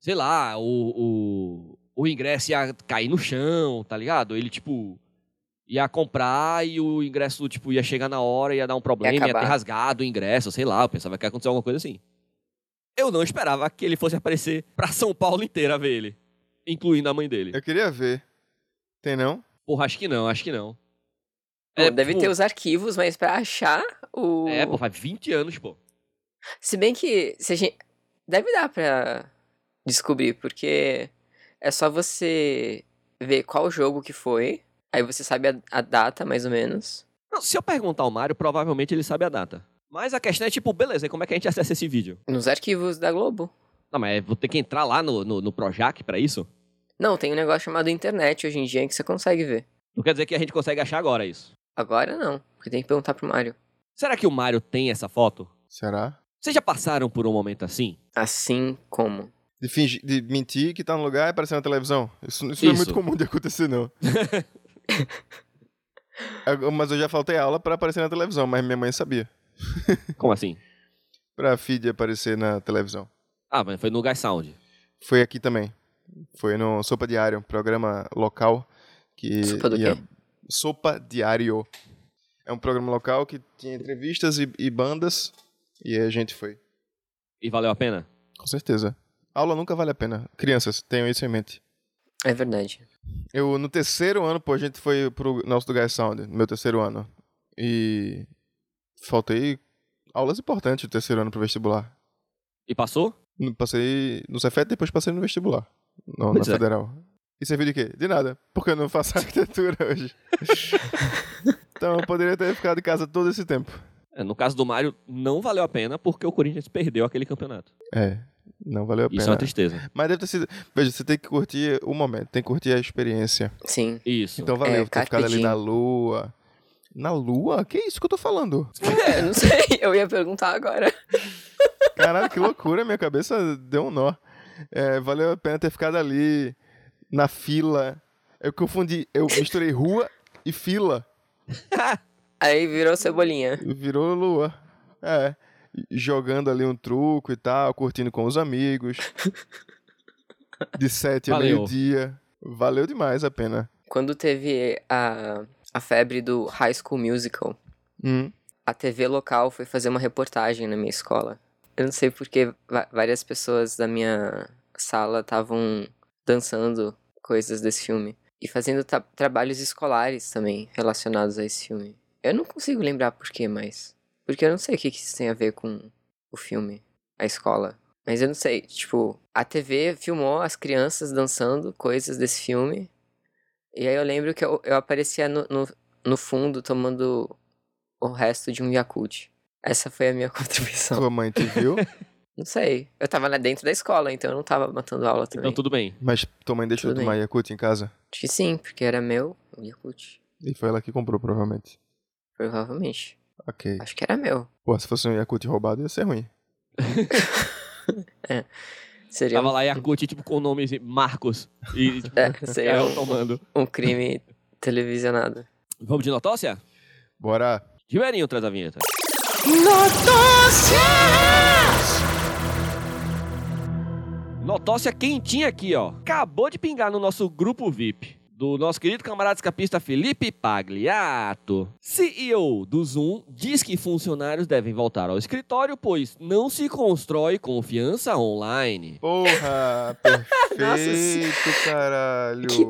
Speaker 1: sei lá, o, o, o ingresso ia cair no chão, tá ligado? Ele, tipo, ia comprar e o ingresso, tipo, ia chegar na hora, ia dar um problema, ia,
Speaker 2: acabar.
Speaker 1: ter rasgado o ingresso, sei lá. Eu pensava que ia acontecer alguma coisa assim. Eu não esperava que ele fosse aparecer pra São Paulo inteira ver ele, incluindo a mãe dele.
Speaker 3: Eu queria ver. Tem não?
Speaker 1: Porra, acho que não, acho que não. tipo,
Speaker 2: Pô, deve
Speaker 1: É, pô,
Speaker 2: ter os arquivos, mas pra achar o.
Speaker 1: É, pô, faz 20 anos, pô.
Speaker 2: Se bem que. Se a gente... Deve dar pra descobrir, porque é só você ver qual jogo que foi. Aí você sabe a, a data, mais ou menos.
Speaker 1: Não, se eu perguntar ao Mário, provavelmente ele sabe a data. Mas a questão é tipo, beleza, e como é que a gente acessa esse vídeo?
Speaker 2: Nos arquivos da Globo.
Speaker 1: Não, mas vou ter que entrar lá no, no, no Projac pra isso?
Speaker 2: Não, tem um negócio chamado internet hoje em dia em que você consegue ver.
Speaker 1: Não quer dizer que a gente consegue achar agora isso.
Speaker 2: Agora não, porque tem que perguntar pro Mário.
Speaker 1: Será que o Mário tem essa foto?
Speaker 3: Será?
Speaker 1: Vocês já passaram por um momento assim?
Speaker 2: Assim como.
Speaker 3: De, fingir, de mentir que tá no lugar e aparecer na televisão. Isso, isso não é
Speaker 1: Isso.
Speaker 3: muito comum de acontecer, não. Agora- mas eu já faltei aula pra aparecer na televisão, mas minha mãe sabia.
Speaker 1: Como assim?
Speaker 3: Pra feed aparecer na televisão.
Speaker 1: Ah, mas foi no Guy Sound.
Speaker 3: Foi aqui também. Foi no Sopa Diário, um programa local que.
Speaker 2: Sopa do
Speaker 3: ia-
Speaker 2: quê?
Speaker 3: Sopa Diário. É um programa local que tinha entrevistas e, e bandas. E a gente foi.
Speaker 1: E valeu a pena?
Speaker 3: Com certeza. Aula nunca vale a pena. Crianças, tenham isso em mente.
Speaker 2: É verdade.
Speaker 3: Eu, no terceiro ano, pô, a gente foi pro nosso do Guy Sound, no meu terceiro ano. E faltei aulas importantes do terceiro ano pro vestibular.
Speaker 1: E passou?
Speaker 3: No- Passei no Cefet, depois passei no vestibular, no, na
Speaker 1: Pois é.
Speaker 3: federal. E serviu de quê? De nada, porque eu não faço arquitetura hoje. então eu poderia ter ficado em casa todo esse tempo.
Speaker 1: É, no caso do Mário, não valeu a pena porque o Corinthians perdeu aquele campeonato.
Speaker 3: É, não valeu a
Speaker 1: Isso é uma
Speaker 3: pena.
Speaker 1: tristeza.
Speaker 3: Mas deve ter sido... Veja, você tem que curtir o momento, tem que curtir a experiência.
Speaker 2: Sim.
Speaker 1: Isso.
Speaker 3: Então valeu
Speaker 2: É,
Speaker 3: ter ficado ali
Speaker 2: carpe
Speaker 3: na
Speaker 2: diem.
Speaker 3: lua. Na lua? Que isso que eu tô falando?
Speaker 2: É, não sei, eu ia perguntar agora.
Speaker 3: Caralho, que loucura, minha cabeça deu um nó. É, valeu a pena ter ficado ali, na fila. Eu confundi, eu misturei rua e fila,
Speaker 2: Aí virou cebolinha.
Speaker 3: virou lua. É, jogando ali um truco e tal, curtindo com os amigos. De sete a
Speaker 1: Valeu.
Speaker 3: meio-dia. Valeu demais a pena.
Speaker 2: Quando teve a, a febre do High School Musical,
Speaker 3: Hum.
Speaker 2: a TV local foi fazer uma reportagem na minha escola. Eu não sei porque va- várias pessoas da minha sala estavam dançando coisas desse filme. E fazendo tra- trabalhos escolares também relacionados a esse filme. Eu não consigo lembrar porquê, mas. Porque eu não sei o que, que isso tem a ver com o filme, a escola. Mas eu não sei, tipo, a TV filmou as crianças dançando coisas desse filme. E aí eu lembro que eu, eu aparecia no, no, no fundo tomando o resto de um Yakult. Essa foi a minha contribuição.
Speaker 3: Sua mãe te viu,
Speaker 2: Não sei. Eu tava lá dentro da escola, então eu não tava matando aula também.
Speaker 1: Então tudo bem.
Speaker 3: mas tua mãe deixou
Speaker 2: Tudo
Speaker 3: tomar
Speaker 2: bem.
Speaker 3: Yakut em casa.
Speaker 2: Acho que sim, porque era meu, o Yakult.
Speaker 3: E foi ela que comprou, provavelmente.
Speaker 2: Provavelmente.
Speaker 3: Ok.
Speaker 2: Acho que era meu.
Speaker 3: Pô, se fosse um Yakut roubado, ia ser ruim.
Speaker 2: Seria, um
Speaker 1: Tava lá Yakut, tipo, com nomes Marcos. E, tipo,
Speaker 2: é, seria
Speaker 1: eu
Speaker 2: um,
Speaker 1: tomando.
Speaker 2: um crime televisionado.
Speaker 1: Vamos de notócia?
Speaker 3: Bora!
Speaker 1: Ribeirinho traz a vinheta. Notócia! Notócia quentinha aqui, ó. Acabou de pingar no nosso grupo VIP. Do nosso querido camarada escapista Felipe Pagliato. CEO do Zoom diz que funcionários devem voltar ao escritório, pois não se constrói confiança online.
Speaker 3: Porra, perfeito, caralho.
Speaker 2: Que-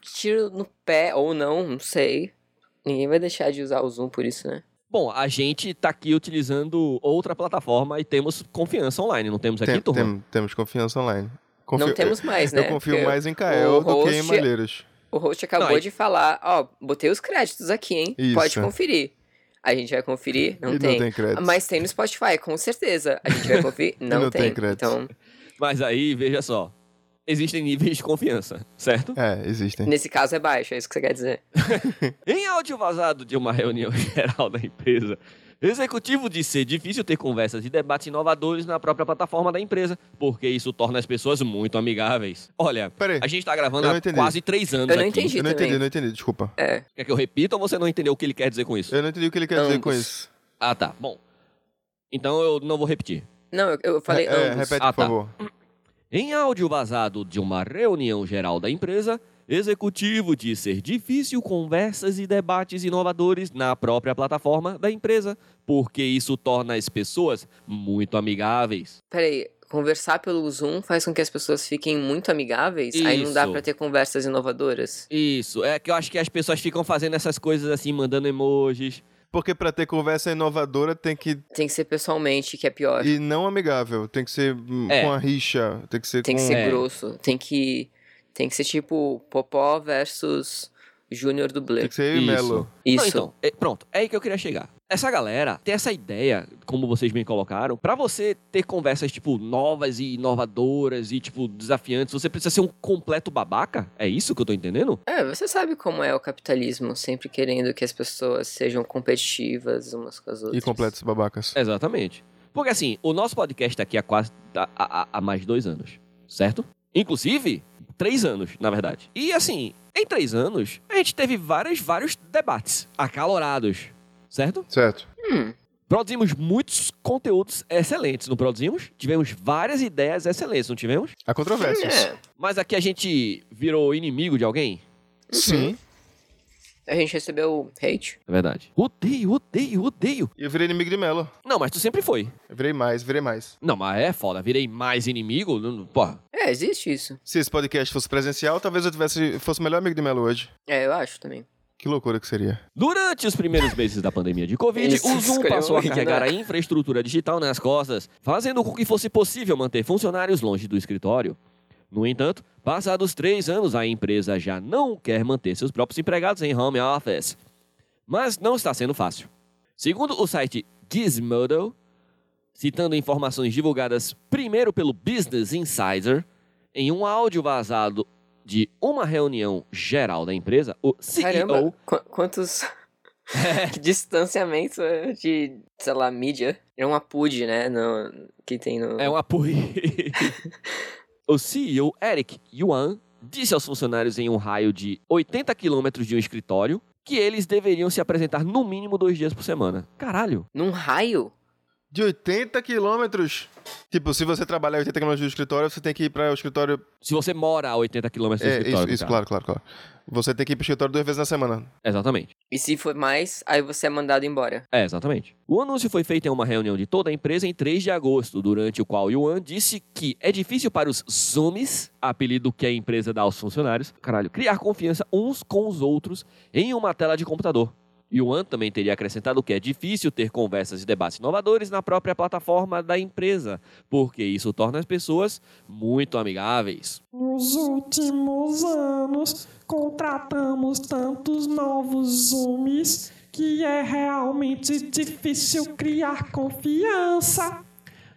Speaker 2: Tiro no pé, ou não, não sei. Ninguém vai deixar de usar o Zoom por isso, né?
Speaker 1: Bom, a gente tá aqui utilizando outra plataforma e temos confiança online, não temos Tá aqui,
Speaker 3: Tem-
Speaker 1: turma?
Speaker 3: tem- temos confiança online. Confio- é,
Speaker 2: não temos mais,
Speaker 3: eu,
Speaker 2: né?
Speaker 3: eu confio
Speaker 2: Porque
Speaker 3: mais em Kael
Speaker 2: o
Speaker 3: do que em
Speaker 2: host-
Speaker 3: Malheiros.
Speaker 2: O host acabou
Speaker 1: Não, e-
Speaker 2: de falar, ó, botei os créditos aqui, hein?
Speaker 3: Isso. é.
Speaker 2: Pode conferir. A gente vai conferir, não
Speaker 3: e
Speaker 2: tem.
Speaker 3: não tem crédito.
Speaker 2: Mas tem no Spotify, com certeza. A gente vai conferir? Não,
Speaker 3: não tem
Speaker 2: tem.
Speaker 3: crédito.
Speaker 2: Então,
Speaker 1: Mas aí, veja só. Existem níveis de confiança, certo?
Speaker 3: É, existem.
Speaker 2: nesse caso é baixo, é isso que você quer dizer.
Speaker 1: Em áudio vazado de uma reunião geral da empresa, Executivo disse ser difícil ter conversas e debates inovadores na própria plataforma da empresa, porque isso torna as pessoas muito amigáveis. Olha,
Speaker 3: Peraí.
Speaker 1: a gente tá gravando
Speaker 3: Eu não
Speaker 1: há
Speaker 3: entendi.
Speaker 1: quase três anos
Speaker 2: Eu não
Speaker 1: aqui.
Speaker 2: entendi.
Speaker 3: Eu não
Speaker 2: também.
Speaker 3: entendi, não entendi, desculpa.
Speaker 2: É.
Speaker 1: Quer que eu repita ou você não entendeu o que ele quer dizer com isso?
Speaker 3: Eu não entendi o que ele quer dizer com
Speaker 2: Ambos.
Speaker 3: isso.
Speaker 1: Ah, tá. Bom. Então eu não vou repetir.
Speaker 2: Não, eu, eu falei
Speaker 3: É, é,
Speaker 2: ambos.
Speaker 3: repete,
Speaker 1: Ah,
Speaker 3: por
Speaker 1: tá.
Speaker 3: favor.
Speaker 1: Em áudio vazado de uma reunião geral da empresa, executivo diz ser difícil conversas e debates inovadores na própria plataforma da empresa, porque isso torna as pessoas muito amigáveis.
Speaker 2: Peraí, conversar pelo Zoom faz com que as pessoas fiquem muito amigáveis? Aí não dá
Speaker 1: Isso.
Speaker 2: pra ter conversas inovadoras?
Speaker 1: Isso, é que eu acho que as pessoas ficam fazendo essas coisas assim, mandando emojis.
Speaker 3: Porque pra ter conversa inovadora tem que.
Speaker 2: Tem que ser pessoalmente, que é pior.
Speaker 3: E não amigável. Tem que ser hum,
Speaker 1: É.
Speaker 3: com a rixa. Tem que ser
Speaker 2: Tem que
Speaker 3: com.
Speaker 2: ser
Speaker 1: É.
Speaker 2: grosso. Tem que. Tem que ser tipo Popó versus Júnior
Speaker 3: Tem
Speaker 2: dublê.
Speaker 3: que ser eu e
Speaker 1: Isso.
Speaker 3: Melo.
Speaker 1: Não,
Speaker 2: Isso.
Speaker 1: então, é- pronto, é aí que eu queria chegar. Essa galera tem essa ideia, como vocês bem colocaram, pra você ter conversas, tipo, novas e inovadoras e, tipo, desafiantes, você precisa ser um completo babaca? É isso que eu tô entendendo?
Speaker 2: É, você sabe como é o capitalismo, sempre querendo que as pessoas sejam competitivas umas com as outras.
Speaker 3: E completos babacas.
Speaker 1: É. Exatamente. Porque assim, o nosso podcast tá aqui há quase. tá- há, há- há mais dois anos, certo? Inclusive, três anos, na verdade. E assim, em três anos, a gente teve vários, vários debates acalorados, certo?
Speaker 3: Certo.
Speaker 2: Hum,
Speaker 1: Produzimos muitos conteúdos excelentes, não produzimos? Tivemos várias ideias excelentes, não tivemos?
Speaker 3: Há controvérsias.
Speaker 2: é.
Speaker 1: Mas aqui a gente virou inimigo de alguém?
Speaker 3: Sim.
Speaker 2: A gente recebeu hate.
Speaker 1: É verdade. Odeio, odeio, odeio.
Speaker 3: E eu virei inimigo de Melo.
Speaker 1: Não, mas tu sempre foi.
Speaker 3: Eu virei mais, virei mais.
Speaker 1: Não, mas é foda. Virei mais inimigo? não- não- Porra.
Speaker 2: É, existe isso.
Speaker 3: Se esse podcast fosse presencial, talvez eu tivesse, fosse o melhor amigo de Melo hoje.
Speaker 2: É, eu acho também.
Speaker 3: Que loucura que seria.
Speaker 1: Durante os primeiros meses da pandemia de Covid,
Speaker 2: Isso,
Speaker 1: o Zoom
Speaker 2: escolheu
Speaker 1: passou a
Speaker 2: o ignorar.
Speaker 1: carregar a infraestrutura digital nas costas, fazendo com que fosse possível manter funcionários longe do escritório. No entanto, passados três anos, a empresa já não quer manter seus próprios empregados em home office. Mas não está sendo fácil. Segundo o site Gizmodo, citando informações divulgadas primeiro pelo Business Insider, em um áudio vazado de uma reunião geral da empresa, o CEO
Speaker 2: Caramba, qu- quantos. que distanciamento é de, sei lá, mídia. É uma PUD, né? No, que tem no.
Speaker 1: É um apoio. o CEO Eric Yuan disse aos funcionários em um raio de 80 quilômetros de um escritório que eles deveriam se apresentar no mínimo dois dias por semana. Caralho.
Speaker 2: Num raio?
Speaker 3: De 80 quilômetros. Tipo, se você trabalhar 80 quilômetros do escritório, você tem que ir para o escritório.
Speaker 1: Se você mora a 80 quilômetros do
Speaker 3: É,
Speaker 1: escritório.
Speaker 3: isso, isso,
Speaker 1: cara.
Speaker 3: claro, claro, claro. Você tem que ir pro escritório duas vezes na semana.
Speaker 1: Exatamente.
Speaker 2: E se for mais, aí você é mandado embora.
Speaker 1: É, exatamente. O anúncio foi feito em uma reunião de toda a empresa em 3 de agosto, durante o qual Yuan disse que é difícil para os Zooms, apelido que a empresa dá aos funcionários, caralho, criar confiança uns com os outros em uma tela de computador. Yuan também teria acrescentado que é difícil ter conversas e debates inovadores na própria plataforma da empresa, porque isso torna as pessoas muito amigáveis.
Speaker 5: Nos últimos anos, contratamos tantos novos Zooms que é realmente difícil criar confiança.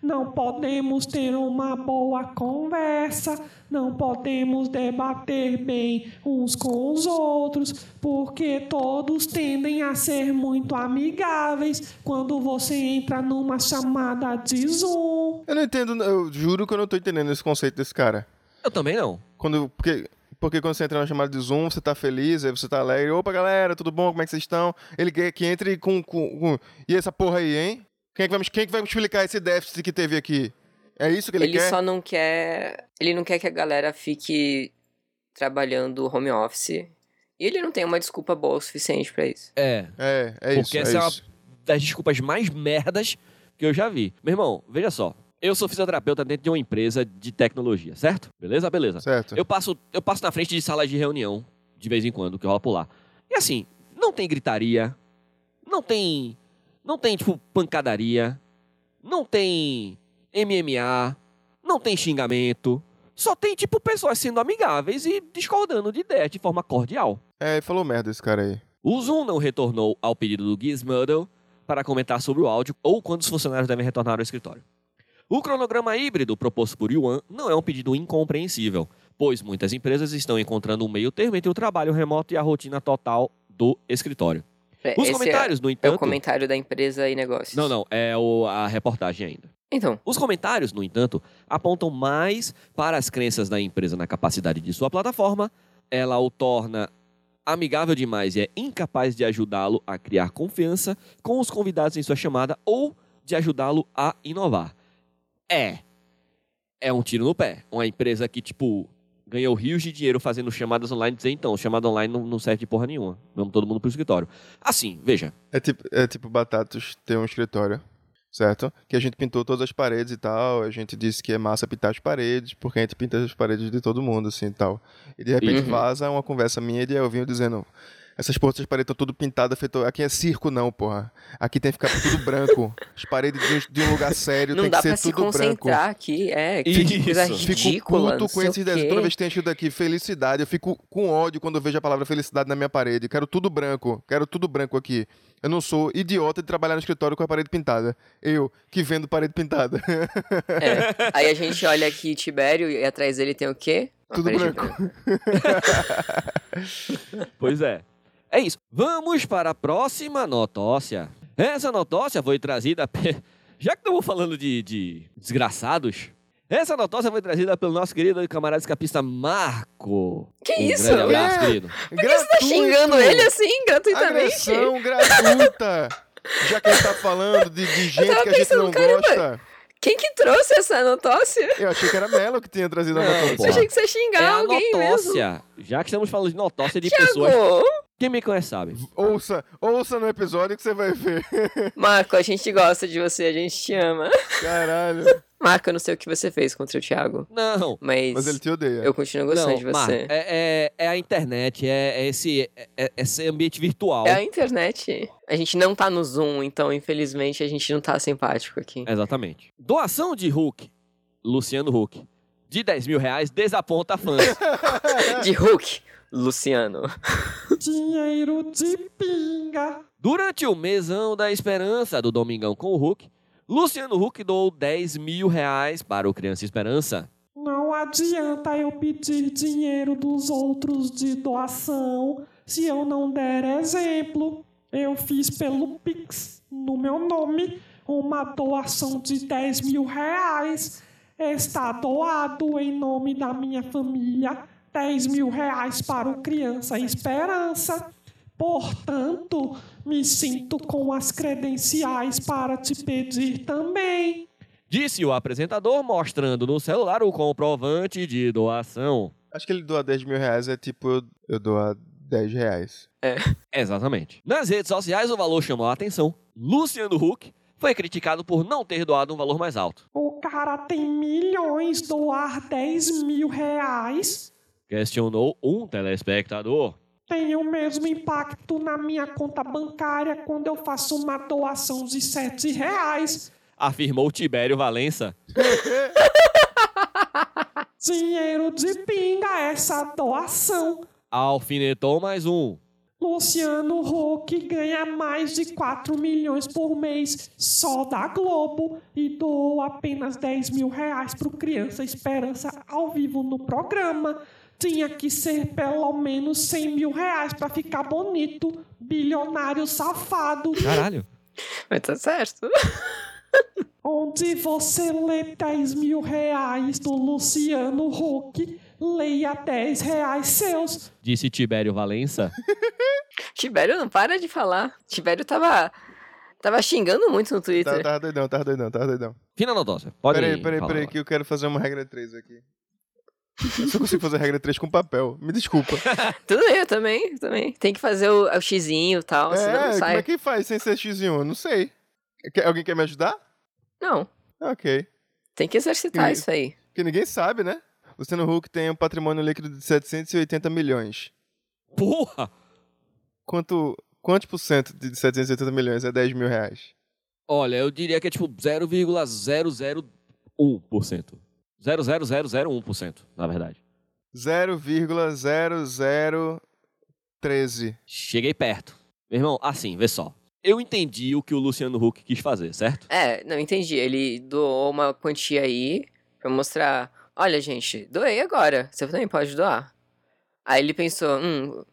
Speaker 5: Não podemos ter uma boa conversa, não podemos debater bem uns com os outros, porque todos tendem a ser muito amigáveis quando você entra numa chamada de Zoom.
Speaker 3: Eu não entendo, eu juro que eu não tô entendendo esse conceito desse cara.
Speaker 1: Eu também não.
Speaker 3: Quando, porque, porque quando você entra na chamada de Zoom, você tá feliz, aí você tá alegre. Opa, galera, tudo bom? Como é que vocês estão? Ele quer que entre com, com, com- E essa porra aí, hein? Quem é, que vai, me- quem é que vai me explicar esse déficit que teve aqui? É isso que ele,
Speaker 2: Ele,
Speaker 3: quer?
Speaker 2: só não quer. Ele não quer que a galera fique trabalhando home office. E ele não tem uma desculpa boa o suficiente pra isso.
Speaker 1: É,
Speaker 3: É, é isso.
Speaker 1: Porque essa
Speaker 3: é
Speaker 1: é, uma
Speaker 3: isso.
Speaker 1: das desculpas mais merdas que eu já vi. Meu irmão, veja só. Eu sou fisioterapeuta dentro de uma empresa de tecnologia, certo? Beleza? Beleza.
Speaker 3: Certo.
Speaker 1: Eu passo, eu passo na frente de salas de reunião, de vez em quando, que rola por lá. E assim, não tem gritaria, não tem. Não tem, tipo, pancadaria, não tem MMA, não tem xingamento. Só tem, tipo, pessoas sendo amigáveis e discordando de ideias de forma cordial.
Speaker 3: É, ele falou merda esse cara aí.
Speaker 1: O Zoom não retornou ao pedido do Gizmodo para comentar sobre o áudio ou quando os funcionários devem retornar ao escritório. O cronograma híbrido proposto por Yuan não é um pedido incompreensível, pois muitas empresas estão encontrando um meio termo entre o trabalho remoto e a rotina total do escritório.
Speaker 2: É,
Speaker 1: Os
Speaker 2: esse
Speaker 1: comentários, no
Speaker 2: É, é
Speaker 1: entanto.
Speaker 2: o comentário da empresa e negócios.
Speaker 1: Não, não, é o- a reportagem ainda.
Speaker 2: Então,
Speaker 1: Os comentários, no entanto, apontam mais para as crenças da empresa na capacidade de sua plataforma. Ela o torna amigável demais e é incapaz de ajudá-lo a criar confiança com os convidados em sua chamada ou de ajudá-lo a inovar. É. É um tiro no pé. Uma empresa que, tipo, ganhou rios de dinheiro fazendo chamadas online, dizer, então, chamada online não, não serve de porra nenhuma. Vamos todo mundo pro escritório. Assim, veja.
Speaker 3: É tipo, é tipo Batatos ter um escritório, certo? Que a gente pintou todas as paredes e tal. A gente disse que é massa pintar as paredes, porque a gente pinta as paredes de todo mundo, assim e tal. E de repente
Speaker 2: Uhum.
Speaker 3: vaza uma conversa minha de Elvinho dizendo. Essas portas das paredes estão tudo pintadas, feito. Aqui é circo, não, porra. Aqui tem que ficar tudo branco. As paredes de um, de um lugar sério
Speaker 2: não
Speaker 3: tem que
Speaker 2: dá
Speaker 3: ser
Speaker 2: pra se
Speaker 3: tudo branco.
Speaker 2: concentrar aqui. É, que
Speaker 1: Isso.
Speaker 2: coisa
Speaker 1: Fico
Speaker 2: ridícula.
Speaker 3: Fico puto com esses desenhos. Toda vez que tem escrito aqui felicidade, eu fico com ódio quando eu vejo a palavra felicidade na minha parede. Quero tudo branco, quero tudo branco aqui. Eu não sou idiota de trabalhar no escritório com a parede pintada. Eu, que vendo parede pintada.
Speaker 2: É. Aí a gente olha aqui Tibério e atrás dele tem o quê? Uma
Speaker 3: Tudo
Speaker 2: parede
Speaker 3: branco.
Speaker 2: branca.
Speaker 1: Pois é. É isso. Vamos para a próxima notócia. Essa notócia foi trazida. pe- Já que estamos falando de, de desgraçados, essa notócia foi trazida pelo nosso querido camarada escapista Marco.
Speaker 2: Que
Speaker 1: Um
Speaker 2: isso?
Speaker 1: grande abraço,
Speaker 3: É.
Speaker 1: querido.
Speaker 3: Por
Speaker 2: Por que você tá xingando ele assim, gratuitamente?
Speaker 3: Agressão gratuita. Já que ele tá falando de, de gente
Speaker 2: tava
Speaker 3: que a gente
Speaker 2: pensando,
Speaker 3: não
Speaker 2: caramba.
Speaker 3: gosta.
Speaker 2: Quem que trouxe essa notócia?
Speaker 3: Eu achei que era Melo que tinha trazido a
Speaker 1: Não,
Speaker 3: notícia.
Speaker 1: porra.
Speaker 2: Eu achei que você ia
Speaker 1: é
Speaker 2: xingar
Speaker 1: a
Speaker 2: alguém mesmo.
Speaker 1: notócia. Já que estamos falando de notócia de pessoas.
Speaker 2: Thiago!
Speaker 1: Quem me conhece sabe.
Speaker 3: Ouça, ouça no episódio que você vai ver.
Speaker 2: Marco, a gente gosta de você, a gente te ama.
Speaker 3: Caralho.
Speaker 2: Marco, eu não sei o que você fez contra o Thiago,
Speaker 1: Não.
Speaker 2: mas,
Speaker 3: Mas ele te odeia.
Speaker 2: eu continuo gostando
Speaker 1: não,
Speaker 2: de você.
Speaker 1: Marco, é, é- é a internet, é, é esse, é- é esse ambiente virtual.
Speaker 2: É a internet. A gente não tá no Zoom, então infelizmente a gente não tá simpático aqui.
Speaker 1: Exatamente. Doação de Hulk, Luciano Hulk, de 10 mil reais desaponta fãs.
Speaker 3: É.
Speaker 2: De Hulk, Luciano.
Speaker 5: Dinheiro de pinga.
Speaker 1: Durante o mesão da esperança do Domingão com o Hulk, Luciano Hulk doou 10 mil reais para o Criança Esperança.
Speaker 5: Não adianta eu pedir dinheiro dos outros de doação se eu não der exemplo. Eu fiz pelo Pix, no meu nome, uma doação de 10 mil reais. Está doado em nome da minha família 10 mil reais para o Criança Esperança. Portanto, me sinto com as credenciais para te pedir também.
Speaker 1: Disse o apresentador, mostrando no celular o comprovante de doação.
Speaker 3: Acho que ele doar 10 mil reais é tipo eu, eu doar 10 reais.
Speaker 1: Exatamente. Nas redes sociais, o valor chamou a atenção. Luciano Huck foi criticado por não ter doado um valor mais alto.
Speaker 5: O cara tem milhões, doar 10 mil reais
Speaker 1: Questionou um telespectador.
Speaker 5: tem o mesmo impacto na minha conta bancária quando eu faço uma doação de 7 reais.
Speaker 1: Afirmou Tibério Valença.
Speaker 5: Dinheiro de pinga é essa doação.
Speaker 1: Alfinetou mais um.
Speaker 5: Luciano Huck ganha mais de 4 milhões por mês só da Globo e doou apenas 10 mil reais para Criança Esperança ao vivo no programa. Tinha que ser pelo menos 100 mil reais para ficar bonito, bilionário safado.
Speaker 1: Caralho.
Speaker 2: Mas tá certo.
Speaker 5: Onde você lê 10 mil reais do Luciano Huck, leia 10 reais seus.
Speaker 1: Disse Tibério Valença.
Speaker 2: Tibério não para de falar. Tibério tava. Tava xingando muito no Twitter.
Speaker 3: Tá, tá doidão, tá doidão, tá doidão.
Speaker 1: Final notócia. Pode
Speaker 3: peraí, peraí,
Speaker 1: falar
Speaker 3: peraí,
Speaker 1: agora.
Speaker 3: que eu quero fazer uma regra 3 aqui. Eu só consigo fazer a regra 3 com papel. Me desculpa.
Speaker 2: Tudo bem, eu também, eu também. Tem que fazer o, o xizinho e tal, senão não
Speaker 3: é, como
Speaker 2: sai.
Speaker 3: é que faz sem ser x 1 Não sei. Quer- alguém quer me ajudar?
Speaker 2: Não,
Speaker 3: Ok.
Speaker 2: tem que exercitar
Speaker 3: Que-
Speaker 2: isso aí.
Speaker 3: Porque ninguém sabe, né? Luciano Huck tem um patrimônio líquido de 780 milhões.
Speaker 1: Porra!
Speaker 3: Quanto, quantos por cento de 780 milhões é 10 mil reais?
Speaker 1: Olha, eu diria que é tipo 0,001%. 0,0001%, na verdade.
Speaker 3: 0,0013.
Speaker 1: Cheguei perto. Meu irmão, assim, vê só. Eu entendi o que o Luciano Huck quis fazer, certo?
Speaker 2: É, não entendi. Ele doou uma quantia aí pra mostrar. Olha, gente, doei agora. Você também pode doar. Aí ele pensou, hum,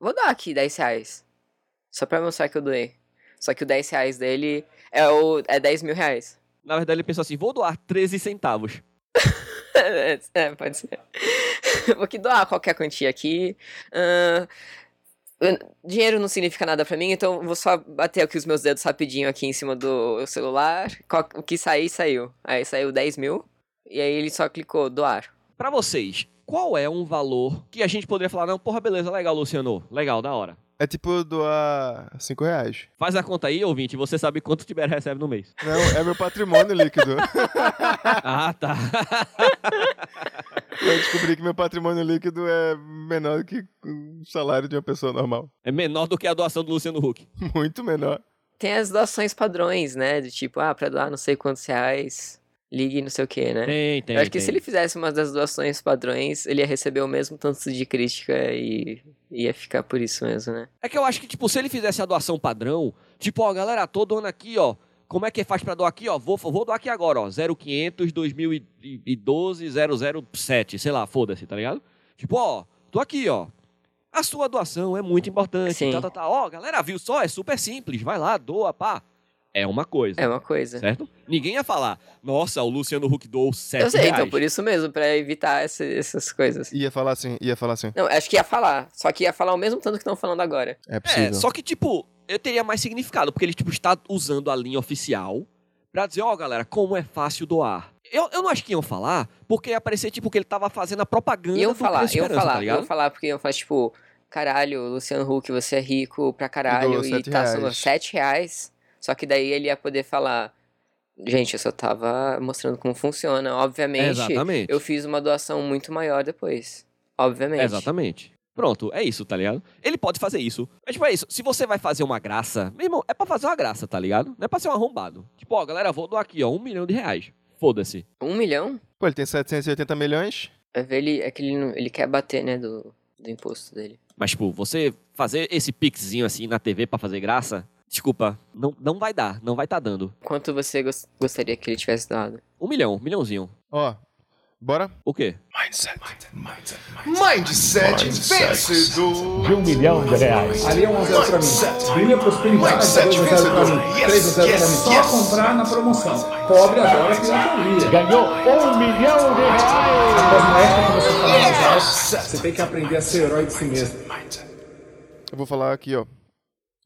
Speaker 2: vou dar aqui 10 reais. Só pra mostrar que eu doei. Só que o 10 reais dele é, o, é 10 mil reais.
Speaker 1: Na verdade, ele pensou assim: vou doar 13 centavos.
Speaker 2: é, pode ser. Vou que doar qualquer quantia aqui. Ahn, dinheiro não significa nada pra mim, então vou só bater aqui os meus dedos rapidinho aqui em cima do celular. Qual- O que sair, saiu. Aí saiu 10 mil. E aí ele só clicou doar.
Speaker 1: Pra vocês, qual é um valor que a gente poderia falar: não, porra, beleza, legal, Luciano, legal, da hora.
Speaker 3: É tipo doar 5 reais.
Speaker 1: Faz a conta aí, ouvinte, você sabe quanto o Tibério recebe no mês.
Speaker 3: Não, é meu patrimônio líquido.
Speaker 1: ah, tá.
Speaker 3: Eu descobri que meu patrimônio líquido é menor que o salário de uma pessoa normal.
Speaker 1: É menor do que a doação do Luciano Huck.
Speaker 3: Muito menor.
Speaker 2: Tem as doações padrões, né? Do tipo, ah, pra doar não sei quantos reais, ligue não sei o que, né?
Speaker 1: Tem, tem.
Speaker 2: Eu acho que
Speaker 1: tem.
Speaker 2: se ele fizesse uma das doações padrões, ele ia receber o mesmo tanto de crítica e ia ficar por isso mesmo, né?
Speaker 1: É que eu acho que, tipo, se ele fizesse a doação padrão, tipo, ó, galera, tô doando aqui, ó. Como é que faz pra doar aqui, ó? Vou, vou doar aqui agora, ó. 0500 2012 007, sei lá, foda-se, tá ligado? Tipo, ó, tô aqui, ó. A sua doação é muito importante.
Speaker 2: Sim.
Speaker 1: Tá, tá, tá. Ó, galera, viu só? É super simples. Vai lá, doa, pá. É uma coisa,
Speaker 2: É uma coisa.
Speaker 1: certo? Ninguém ia falar, nossa, o Luciano Huck doou 7
Speaker 2: Eu sei,
Speaker 1: É, reais.
Speaker 2: então por isso mesmo, pra evitar essa- essas coisas.
Speaker 3: Ia falar assim, ia falar assim.
Speaker 2: Não, acho que ia falar. Só que ia falar o mesmo tanto que estão falando agora.
Speaker 3: É
Speaker 1: É,
Speaker 3: possível.
Speaker 1: só que, tipo, eu teria mais significado, porque ele, tipo, está usando a linha oficial pra dizer, ó, galera, como é fácil doar. Eu, eu não acho que iam falar, porque ia parecer, tipo, que ele tava fazendo a propaganda
Speaker 2: Iam
Speaker 1: do
Speaker 2: falar,
Speaker 1: Criança
Speaker 2: iam
Speaker 1: Esperança,
Speaker 2: falar,
Speaker 1: tá ligado?
Speaker 2: iam falar, porque iam falar, tipo, caralho, Luciano Huck, você é rico pra
Speaker 3: Doou
Speaker 2: caralho e
Speaker 3: sete
Speaker 2: tá
Speaker 3: reais.
Speaker 2: sendo 7 reais. Só que daí ele ia poder falar. Gente, eu só tava mostrando como funciona. Obviamente,
Speaker 1: Exatamente.
Speaker 2: eu fiz uma doação muito maior depois. Obviamente.
Speaker 1: Exatamente. Pronto, é isso, tá ligado? Ele pode fazer isso. Mas, tipo, é isso. Se você vai fazer uma graça, meu irmão, é pra fazer uma graça, tá ligado? Não é pra ser um arrombado. Tipo, ó, galera, vou doar aqui, ó, um milhão de reais. Foda-se.
Speaker 2: Um milhão?
Speaker 3: Pô, ele tem 780 milhões?
Speaker 2: É, ver ele, é que ele, não- ele quer bater, né, do, do imposto dele.
Speaker 1: Mas, tipo, você fazer esse pixzinho assim na TV pra fazer graça, desculpa, não, não vai dar, não vai tá dando.
Speaker 2: Quanto você gos- gostaria que ele tivesse dado?
Speaker 1: Um milhão, um milhãozinho.
Speaker 3: Ó, bora?
Speaker 1: O quê?
Speaker 3: Mindset. Mindset. vencedor.
Speaker 7: de um milhão de reais.
Speaker 8: Ali é 1 a 0 pra mim. Brilha prosperidade,
Speaker 7: Mindset
Speaker 8: 2 a 0 pra mim.
Speaker 7: vencedor.
Speaker 8: 3 a 0 pra mim.
Speaker 7: Yes,
Speaker 8: Só
Speaker 7: yes,
Speaker 8: comprar na promoção. Pobre adora pirataria.
Speaker 7: Ganhou um milhão de reais.
Speaker 8: Mas não é quando você fala mais alto. Você tem que aprender a ser herói de si mesmo.
Speaker 3: Eu vou falar aqui, ó.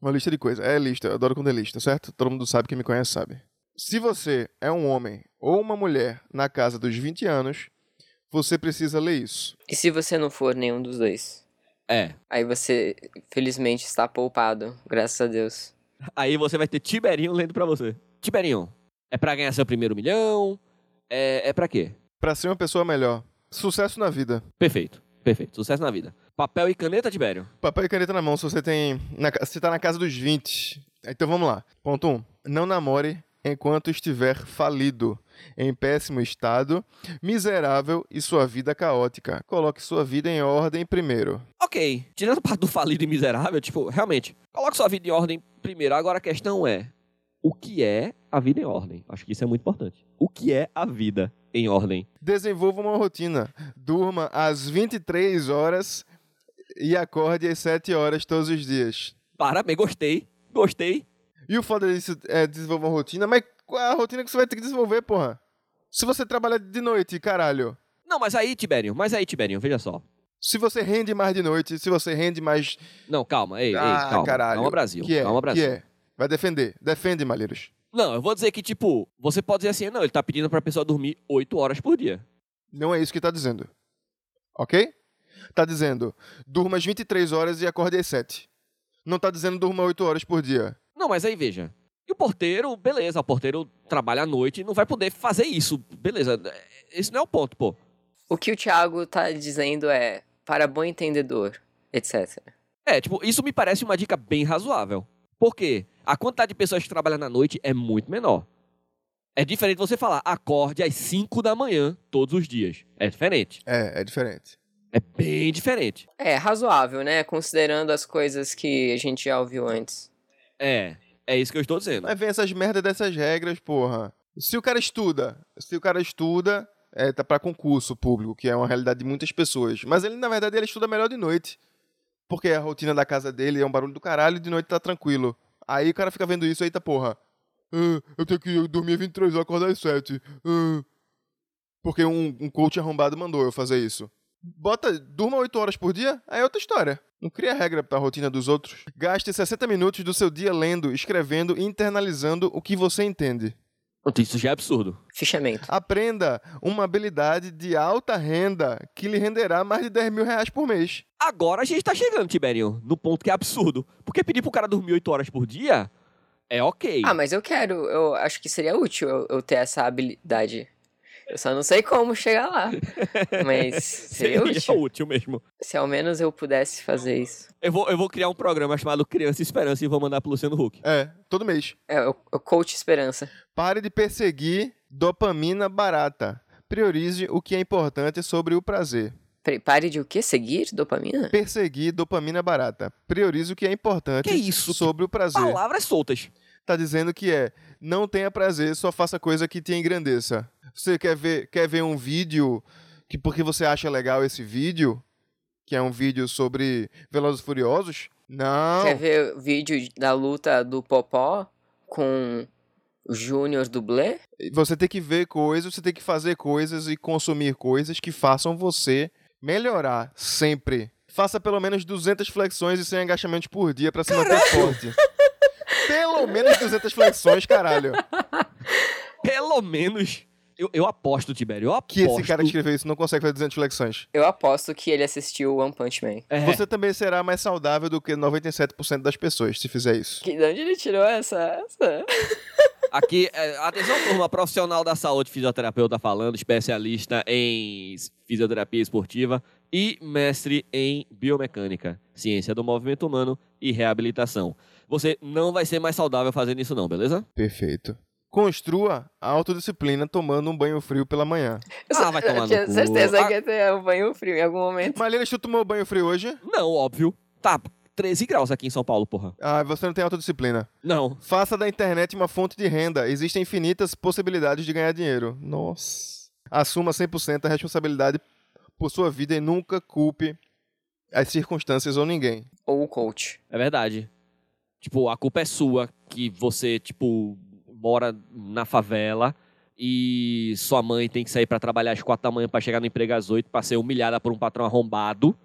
Speaker 3: Uma lista de coisas. É lista, eu adoro quando é lista, certo? Todo mundo sabe, quem me conhece sabe. Se você é um homem ou uma mulher na casa dos 20 anos, você precisa ler isso.
Speaker 2: E se você não for nenhum dos dois?
Speaker 1: É.
Speaker 2: Aí você, felizmente, está poupado, graças a Deus.
Speaker 1: Aí você vai ter Tiberinho lendo pra você. Tiberinho, é pra ganhar seu primeiro milhão? É, é pra quê?
Speaker 3: Pra ser uma pessoa melhor. Sucesso na vida.
Speaker 1: Perfeito, perfeito. Sucesso na vida. Papel e caneta, Tibério?
Speaker 3: Papel e caneta na mão, se você tem. Na, ca- se tá na casa dos 20. Então vamos lá. Ponto 1. Um, não namore enquanto estiver falido, em péssimo estado, miserável e sua vida caótica. Coloque sua vida em ordem primeiro.
Speaker 1: Ok. Tirando a parte do falido e miserável, tipo, realmente, coloque sua vida em ordem primeiro. Agora a questão é, o que é a vida em ordem? Acho que isso é muito importante. O que é a vida em ordem?
Speaker 3: Desenvolva uma rotina. Durma às 23 horas e acorde às 7 horas todos os dias.
Speaker 1: Parabéns, gostei, gostei.
Speaker 3: E o foda disso é desenvolver uma rotina, mas qual é a rotina que você vai ter que desenvolver, porra? Se você trabalha de noite, caralho.
Speaker 1: Não, mas aí, Tibério, mas aí, Tibério, veja só.
Speaker 3: Se você rende mais de noite, se você rende mais.
Speaker 1: Não, calma, ei, ei,
Speaker 3: ah,
Speaker 1: calma.
Speaker 3: caralho.
Speaker 1: Calma, Brasil.
Speaker 3: Que é,
Speaker 1: calma, Brasil.
Speaker 3: Que é. Vai defender. Defende, Malheiros.
Speaker 1: Não, eu vou dizer que, tipo, você pode dizer assim, não, ele tá pedindo pra pessoa dormir 8 horas por dia.
Speaker 3: Não é isso que tá dizendo. Ok? Tá dizendo, durma às 23 horas e acorde às 7. Não tá dizendo durma 8 horas por dia.
Speaker 1: Não, mas aí veja. E o porteiro, beleza, o porteiro trabalha à noite e não vai poder fazer isso. Beleza, esse não é o ponto, pô.
Speaker 2: O que o Thiago tá dizendo é, para bom entendedor, etc.
Speaker 1: É, tipo, isso me parece uma dica bem razoável. Por quê? A quantidade de pessoas que trabalham na noite é muito menor. É diferente você falar, acorde às 5 da manhã todos os dias. É diferente.
Speaker 3: É, é diferente.
Speaker 1: É bem diferente.
Speaker 2: É, razoável, né? Considerando as coisas que a gente já ouviu antes.
Speaker 1: É, é isso que eu estou dizendo.
Speaker 3: Mas vem essas merdas dessas regras, porra. Se o cara estuda, se o cara estuda, é, tá pra concurso público, que é uma realidade de muitas pessoas. Mas ele, na verdade, ele estuda melhor de noite. porque a rotina da casa dele é um barulho do caralho e de noite tá tranquilo. Aí o cara fica vendo isso, eita porra. Ah, eu tenho que dormir às 23 horas, acordar às 7. Ah. Porque um, um coach arrombado mandou eu fazer isso. Bota, durma 8 horas por dia, aí é outra história. Não cria regra pra rotina dos outros. Gaste 60 minutos do seu dia lendo, escrevendo e internalizando o que você entende.
Speaker 1: Isso já é absurdo.
Speaker 2: Fichamento.
Speaker 3: Aprenda uma habilidade de alta renda que lhe renderá mais de 10 mil reais por mês.
Speaker 1: Agora a gente tá chegando, Tiberinho, no ponto que é absurdo. Porque pedir pro cara dormir 8 horas por dia é ok.
Speaker 2: Ah, mas eu quero, eu acho que seria útil eu, eu ter essa habilidade. Eu só não sei como chegar lá. Mas
Speaker 3: é
Speaker 2: seria útil.
Speaker 1: é mesmo.
Speaker 2: Se ao menos eu pudesse fazer isso.
Speaker 1: Eu vou, eu vou criar um programa chamado Criança Esperança e vou mandar pro Luciano Huck.
Speaker 3: É, todo mês.
Speaker 2: É, o o coach esperança.
Speaker 3: Pare de perseguir dopamina barata. Priorize o que é importante sobre o prazer.
Speaker 2: Peraí, Pare de o quê? Seguir dopamina?
Speaker 3: Perseguir dopamina barata. Priorize o que é importante
Speaker 1: Que isso?
Speaker 3: sobre o prazer.
Speaker 1: Palavras soltas.
Speaker 3: Tá dizendo que é não tenha prazer, só faça coisa que te engrandeça. Você quer ver, quer ver um vídeo que porque você acha legal esse vídeo, que é um vídeo sobre Velozes e Furiosos? Não.
Speaker 2: Quer ver o vídeo da luta do Popó com o Júnior Dublê?
Speaker 3: Você tem que ver coisas, você tem que fazer coisas e consumir coisas que façam você melhorar sempre. Faça pelo menos 200 flexões e 100 agachamentos por dia pra se manter forte. Pelo menos 200 flexões, caralho.
Speaker 1: Pelo menos. Eu, eu aposto, Tibério. Eu aposto.
Speaker 3: Que esse cara que escreveu isso não consegue fazer 200 flexões.
Speaker 2: Eu aposto que ele assistiu One Punch Man.
Speaker 1: É.
Speaker 3: Você também será mais saudável do que 97% das pessoas se fizer isso.
Speaker 2: Que, de onde ele tirou essa?
Speaker 1: Ah,
Speaker 2: essa?
Speaker 1: Aqui, é, atenção, turma, profissional da saúde, fisioterapeuta falando, especialista em s- fisioterapia esportiva e mestre em biomecânica, ciência do movimento humano e reabilitação. Você não vai ser mais saudável fazendo isso, não, beleza?
Speaker 3: Perfeito. Construa a autodisciplina tomando um banho frio pela manhã.
Speaker 2: Eu
Speaker 1: Ah,
Speaker 2: só-
Speaker 1: vai tomar
Speaker 2: eu
Speaker 1: no
Speaker 2: tinha
Speaker 1: cu.
Speaker 2: certeza
Speaker 1: Ah.
Speaker 2: que ia ter um banho frio em algum momento.
Speaker 3: Malena, tu tomou banho frio hoje?
Speaker 1: Não, óbvio. Tá 13 graus aqui em São Paulo, porra.
Speaker 3: Ah, você não tem autodisciplina.
Speaker 1: Não.
Speaker 3: Faça da internet uma fonte de renda. Existem infinitas possibilidades de ganhar dinheiro. Nossa. Assuma 100% a responsabilidade por sua vida e nunca culpe as circunstâncias ou ninguém.
Speaker 2: Ou o coach.
Speaker 1: É verdade. Tipo, a culpa é sua que você, tipo, mora na favela e sua mãe tem que sair pra trabalhar às quatro da manhã pra chegar no emprego às oito pra ser humilhada por um patrão arrombado.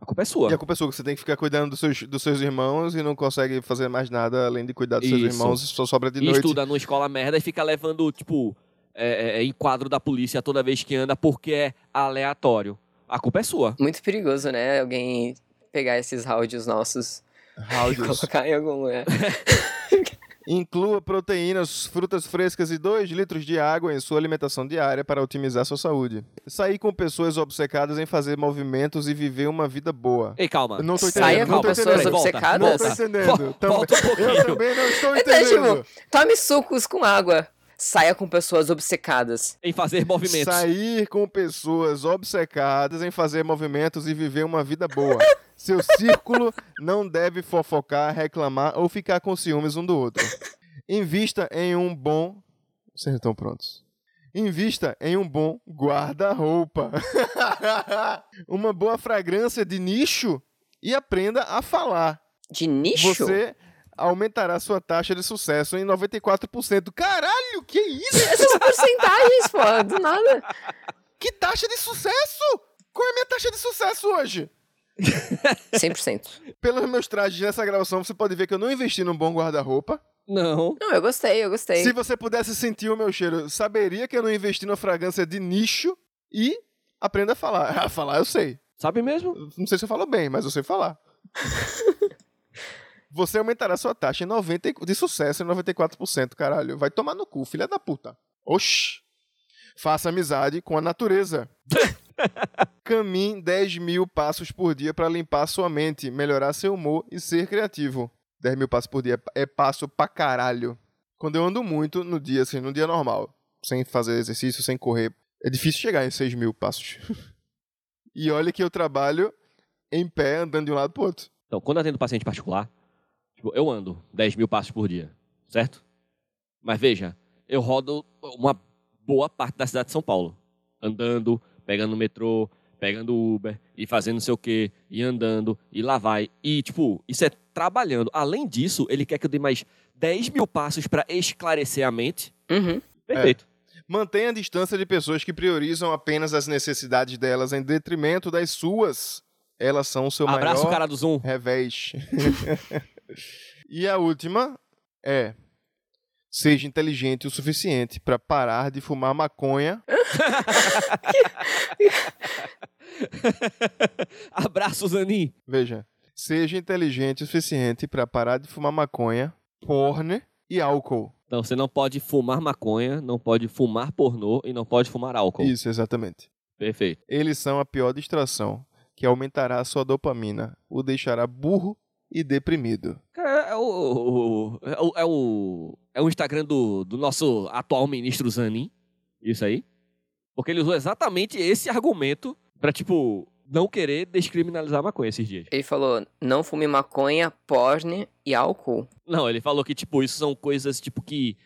Speaker 1: A culpa é sua.
Speaker 3: E a culpa é sua, que você tem que ficar cuidando dos seus, dos seus irmãos e não consegue fazer mais nada além de cuidar dos seus
Speaker 1: Isso.
Speaker 3: irmãos e só sobra é de
Speaker 1: e
Speaker 3: noite.
Speaker 1: estuda numa escola merda e fica levando, tipo, é, é, é, enquadro da polícia toda vez que anda porque é aleatório. A culpa é sua.
Speaker 2: Muito perigoso, né? Alguém pegar esses áudios nossos e
Speaker 3: Áudios.
Speaker 2: colocar em algum lugar.
Speaker 3: Inclua proteínas, frutas frescas e 2 litros de água em sua alimentação diária para otimizar sua saúde. Sair com pessoas obcecadas em fazer movimentos e viver uma vida boa.
Speaker 1: Ei, calma.
Speaker 3: Eu não tô entendendo.
Speaker 2: Saia
Speaker 3: não
Speaker 2: com
Speaker 3: tô
Speaker 2: pessoas
Speaker 3: entendendo.
Speaker 1: volta,
Speaker 2: obcecadas?
Speaker 3: Não tô
Speaker 1: volta.
Speaker 3: entendendo.
Speaker 1: Vol- volta um pouquinho.
Speaker 3: Eu também não estou
Speaker 2: Então, é
Speaker 3: entendendo.
Speaker 2: tipo, tome sucos com água. Saia com pessoas obcecadas.
Speaker 1: Em fazer movimentos.
Speaker 3: Sair com pessoas obcecadas em fazer movimentos e viver uma vida boa. Seu círculo não deve fofocar, reclamar ou ficar com ciúmes um do outro. Invista em um bom. Vocês estão prontos? Invista em um bom guarda-roupa. uma boa fragrância de nicho e aprenda a falar.
Speaker 2: De nicho?
Speaker 3: Você aumentará sua taxa de sucesso em 94%. Caralho, que isso?
Speaker 2: Essas porcentagens, pô, do nada.
Speaker 3: Que taxa de sucesso? Qual é a minha taxa de sucesso hoje?
Speaker 2: 100%.
Speaker 3: Pelos meus trajes nessa gravação, você pode ver que eu não investi num bom guarda-roupa.
Speaker 1: Não.
Speaker 2: Não, eu gostei, eu gostei.
Speaker 3: Se você pudesse sentir o meu cheiro, saberia que eu não investi numa fragrância de nicho e aprenda a falar. Ah, falar eu sei.
Speaker 1: Sabe mesmo?
Speaker 3: Não sei se eu falo bem, mas eu sei falar. Você aumentará sua taxa em 90 e- de sucesso em 94%, caralho. Vai tomar no cu, filha da puta. Oxi. Faça amizade com a natureza. Caminhe 10 mil passos por dia para limpar sua mente, melhorar seu humor e ser criativo. 10 mil passos por dia é passo pra caralho. Quando eu ando muito no dia, assim, no dia normal, sem fazer exercício, sem correr, é difícil chegar em 6 mil passos. e olha que eu trabalho em pé, andando de um lado pro outro.
Speaker 1: Então, quando eu atendo paciente particular, tipo, eu ando 10 mil passos por dia, certo? Mas veja, eu rodo uma boa parte da cidade de São Paulo. Andando, pegando o metrô, pegando Uber e fazendo não sei o quê, e andando, e lá vai. E, tipo, isso é trabalhando. Além disso, ele quer que eu dê mais 10 mil passos pra esclarecer a mente.
Speaker 2: Uhum.
Speaker 1: Perfeito.
Speaker 3: Mantenha a distância de pessoas que priorizam apenas as necessidades delas em detrimento das suas. Elas são É, o seu
Speaker 1: Abraço,
Speaker 3: maior
Speaker 1: cara do Zoom.
Speaker 3: revés. e a última é: seja inteligente o suficiente para parar de fumar maconha.
Speaker 1: Abraço, Zanin.
Speaker 3: Veja, seja inteligente o suficiente para parar de fumar maconha, porne e álcool.
Speaker 1: Então, você não pode fumar maconha, não pode fumar pornô e não pode fumar álcool.
Speaker 3: Isso, exatamente.
Speaker 1: Perfeito.
Speaker 3: Eles são a pior distração, que aumentará a sua dopamina, o deixará burro e deprimido.
Speaker 1: Cara, é o, o- é o, é o, é o Instagram do, do nosso atual ministro Zanin, isso aí. Porque ele usou exatamente esse argumento pra, tipo, não querer descriminalizar a maconha esses dias.
Speaker 2: Ele falou: não fume maconha, porne e álcool.
Speaker 1: Não, ele falou que, tipo, isso são coisas, tipo, que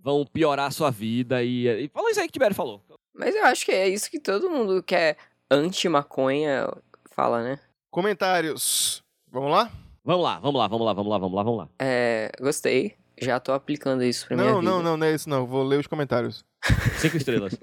Speaker 1: vão piorar a sua vida e... e falou isso aí que o Tibério falou.
Speaker 2: Mas eu acho que é isso que todo mundo que é anti-maconha fala, né?
Speaker 3: Comentários. Vamos lá?
Speaker 1: Vamos lá, vamos lá, vamos lá, vamos lá, vamos lá, vamos lá.
Speaker 2: É, gostei. Já tô aplicando isso pra minha
Speaker 3: Não,
Speaker 2: vida.
Speaker 3: não, não, não é isso não. Vou ler os comentários.
Speaker 1: Cinco estrelas.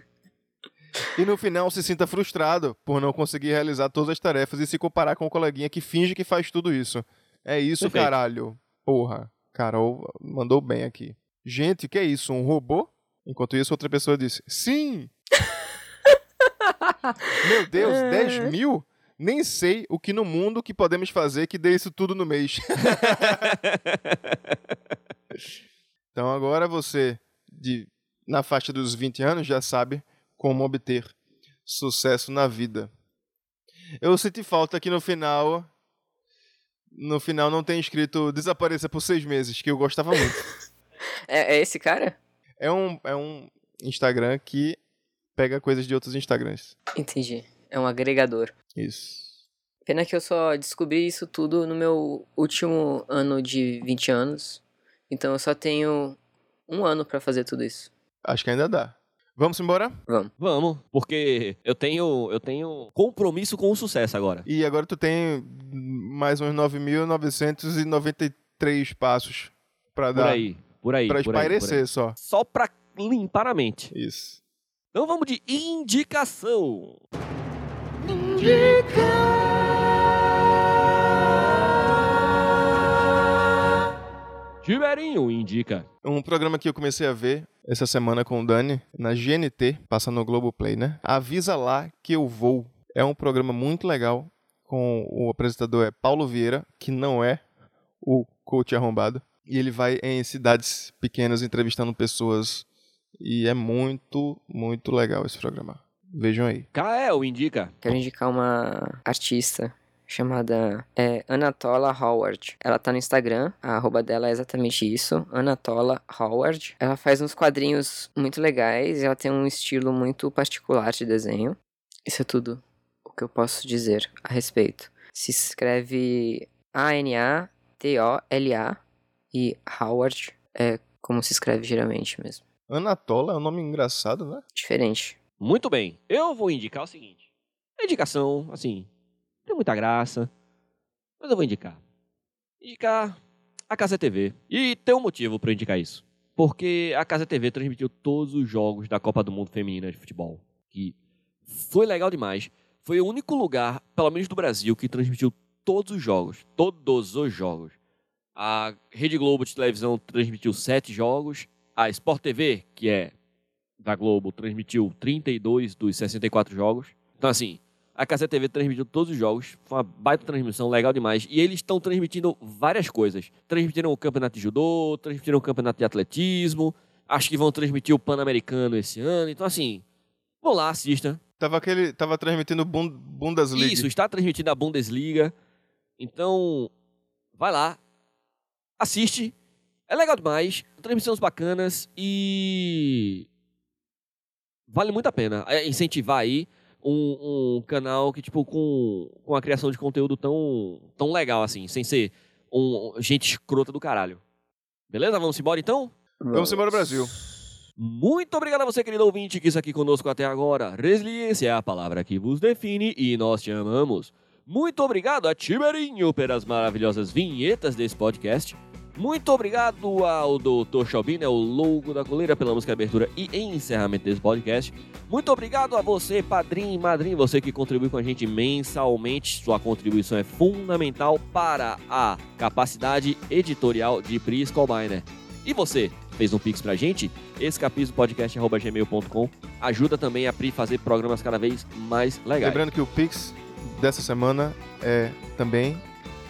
Speaker 3: E no final se sinta frustrado por não conseguir realizar todas as tarefas e se comparar com o coleguinha que finge que faz tudo isso. É isso,
Speaker 1: Perfeito.
Speaker 3: caralho. Porra. Carol mandou bem aqui. Gente, que é isso? Um robô? Enquanto isso, outra pessoa disse: Sim! Meu Deus, 10 mil? Nem sei o que no mundo que podemos fazer que dê isso tudo no mês. Então agora você, de, na faixa dos 20 anos, já sabe como obter sucesso na vida. Eu senti falta que no final. No final não tem escrito desapareça por seis meses, que eu gostava muito.
Speaker 2: É, é esse cara?
Speaker 3: É um, é um Instagram que pega coisas de outros Instagrams.
Speaker 2: Entendi. É um agregador.
Speaker 3: Isso.
Speaker 2: Pena que eu só descobri isso tudo no meu último ano de 20 anos. Então eu só tenho um ano pra fazer tudo isso.
Speaker 3: Acho que ainda dá. Vamos embora?
Speaker 1: vamos, porque eu tenho, eu tenho compromisso com o sucesso agora.
Speaker 3: E agora tu tem mais uns 9.993 passos
Speaker 1: Por
Speaker 3: pra dar.
Speaker 1: aí, por aí, por aí, por
Speaker 3: pra espairecer
Speaker 1: aí.
Speaker 3: só.
Speaker 1: Só pra limpar a mente.
Speaker 3: Isso.
Speaker 1: Então vamos de indicação. Indica. Tiberinho indica.
Speaker 3: Um programa que eu comecei a ver essa semana com o Dani, na GNT, passa no Globoplay, né? Avisa lá que eu vou. É um programa muito legal, com o apresentador é Paulo Vieira, que não é o coach arrombado. E ele vai em cidades pequenas entrevistando pessoas. E é muito, muito legal esse programa. Vejam aí.
Speaker 1: Kael indica.
Speaker 2: Quero indicar uma artista chamada é, Anatola Howard. Ela tá no Instagram, a arroba dela é exatamente isso, Anatola Howard. Ela faz uns quadrinhos muito legais, ela tem um estilo muito particular de desenho. Isso é tudo o que eu posso dizer a respeito. Se escreve A-N-A-T-O-L-A e Howard é como se escreve geralmente mesmo.
Speaker 3: Anatola é um nome engraçado, né?
Speaker 2: Diferente.
Speaker 1: Muito bem. Eu vou indicar o seguinte. A indicação, assim, não tem muita graça, mas eu vou indicar. Indicar a Casa TV. E tem um motivo pra eu indicar isso. Porque a Casa TV transmitiu todos os jogos da Copa do Mundo Feminina de Futebol. Que foi legal demais. Foi o único lugar, pelo menos do Brasil, que transmitiu todos os jogos. Todos os jogos. A Rede Globo de televisão transmitiu sete jogos. A Sport TV, que é da Globo, transmitiu 32 dos 64 jogos. Então, assim, a Casa TV transmitiu todos os jogos. Foi uma baita transmissão, legal demais. E eles estão transmitindo várias coisas. Transmitiram o campeonato de judô, transmitiram o campeonato de atletismo. Acho que vão transmitir o Pan-Americano esse ano. Então, assim, vão lá, assista.
Speaker 3: Tava, aquele, tava transmitindo Bun- Bundesliga.
Speaker 1: Isso, está transmitindo a Bundesliga. Então, vai lá, assiste. É legal demais, transmissões bacanas e. Vale muito a pena é, incentivar aí um, um canal que, tipo, com, com a criação de conteúdo tão, tão legal assim, sem ser um, gente escrota do caralho. Beleza? Vamos embora então?
Speaker 3: Vamos embora, Brasil.
Speaker 1: Muito obrigado a você, querido ouvinte, que está aqui conosco até agora. Resiliência é a palavra que vos define e nós te amamos. Muito obrigado a Tiberinho pelas maravilhosas vinhetas desse podcast. Muito obrigado ao Dr. Chaubin, né, o louco da coleira, pela música abertura e encerramento desse podcast. Muito obrigado a você, padrinho e madrinho, você que contribui com a gente mensalmente. Sua contribuição é fundamental para a capacidade editorial de Pris Colbiner. E você, fez um pix pra gente? escapismopodcast.gmail.com Ajuda também a Pri fazer programas cada vez mais legais.
Speaker 3: Lembrando que o Pix dessa semana é também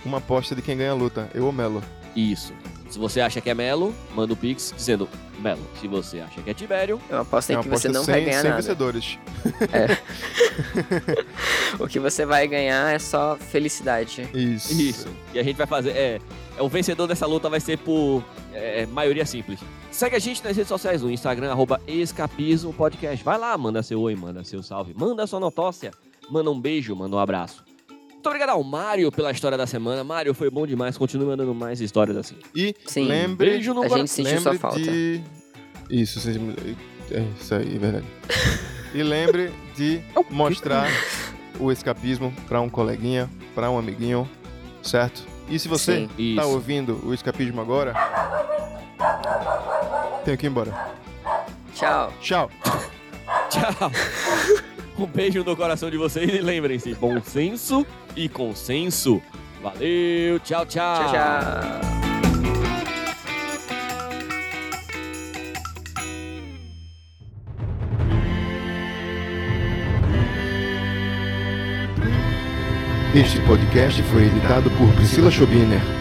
Speaker 3: uma aposta de quem ganha a luta, eu ou Melo.
Speaker 1: Isso. Se você acha que é Melo, manda o Pix dizendo Melo. Se você acha que é Tibério,
Speaker 2: Eu aposto
Speaker 3: é
Speaker 2: em
Speaker 3: uma
Speaker 2: que você
Speaker 3: aposta
Speaker 2: não
Speaker 3: sem,
Speaker 2: vai ganhar
Speaker 3: sem
Speaker 2: nada.
Speaker 3: vencedores.
Speaker 2: O que você vai ganhar é só felicidade.
Speaker 3: Isso.
Speaker 1: isso. E a gente vai fazer. É, é, o vencedor dessa luta vai ser por é, maioria simples. Segue a gente nas redes sociais, no Instagram, arroba Escapismo Podcast. Vai lá, manda seu oi, manda seu salve, manda sua notócia, manda um beijo, manda um abraço. Muito obrigado ao Mário pela história da semana. Mário, foi bom demais. Continua mandando mais histórias assim.
Speaker 3: E
Speaker 2: Sim.
Speaker 3: lembre,
Speaker 1: Beijo no
Speaker 2: A
Speaker 1: coração.
Speaker 2: gente sentiu sua
Speaker 3: lembre
Speaker 2: falta.
Speaker 3: de... Isso, sentimos- é isso aí, é verdade. e lembre de mostrar o escapismo pra um coleguinha, pra um amiguinho, certo? E se você
Speaker 2: Sim.
Speaker 3: tá
Speaker 1: Isso.
Speaker 3: ouvindo o escapismo agora, tenho que ir embora.
Speaker 2: Tchau.
Speaker 3: Tchau.
Speaker 1: Tchau. Um beijo no coração de vocês e lembrem-se, bom senso e consenso. Valeu, tchau, tchau.
Speaker 2: Tchau, tchau.
Speaker 3: Este podcast foi editado por Priscila Schobiner.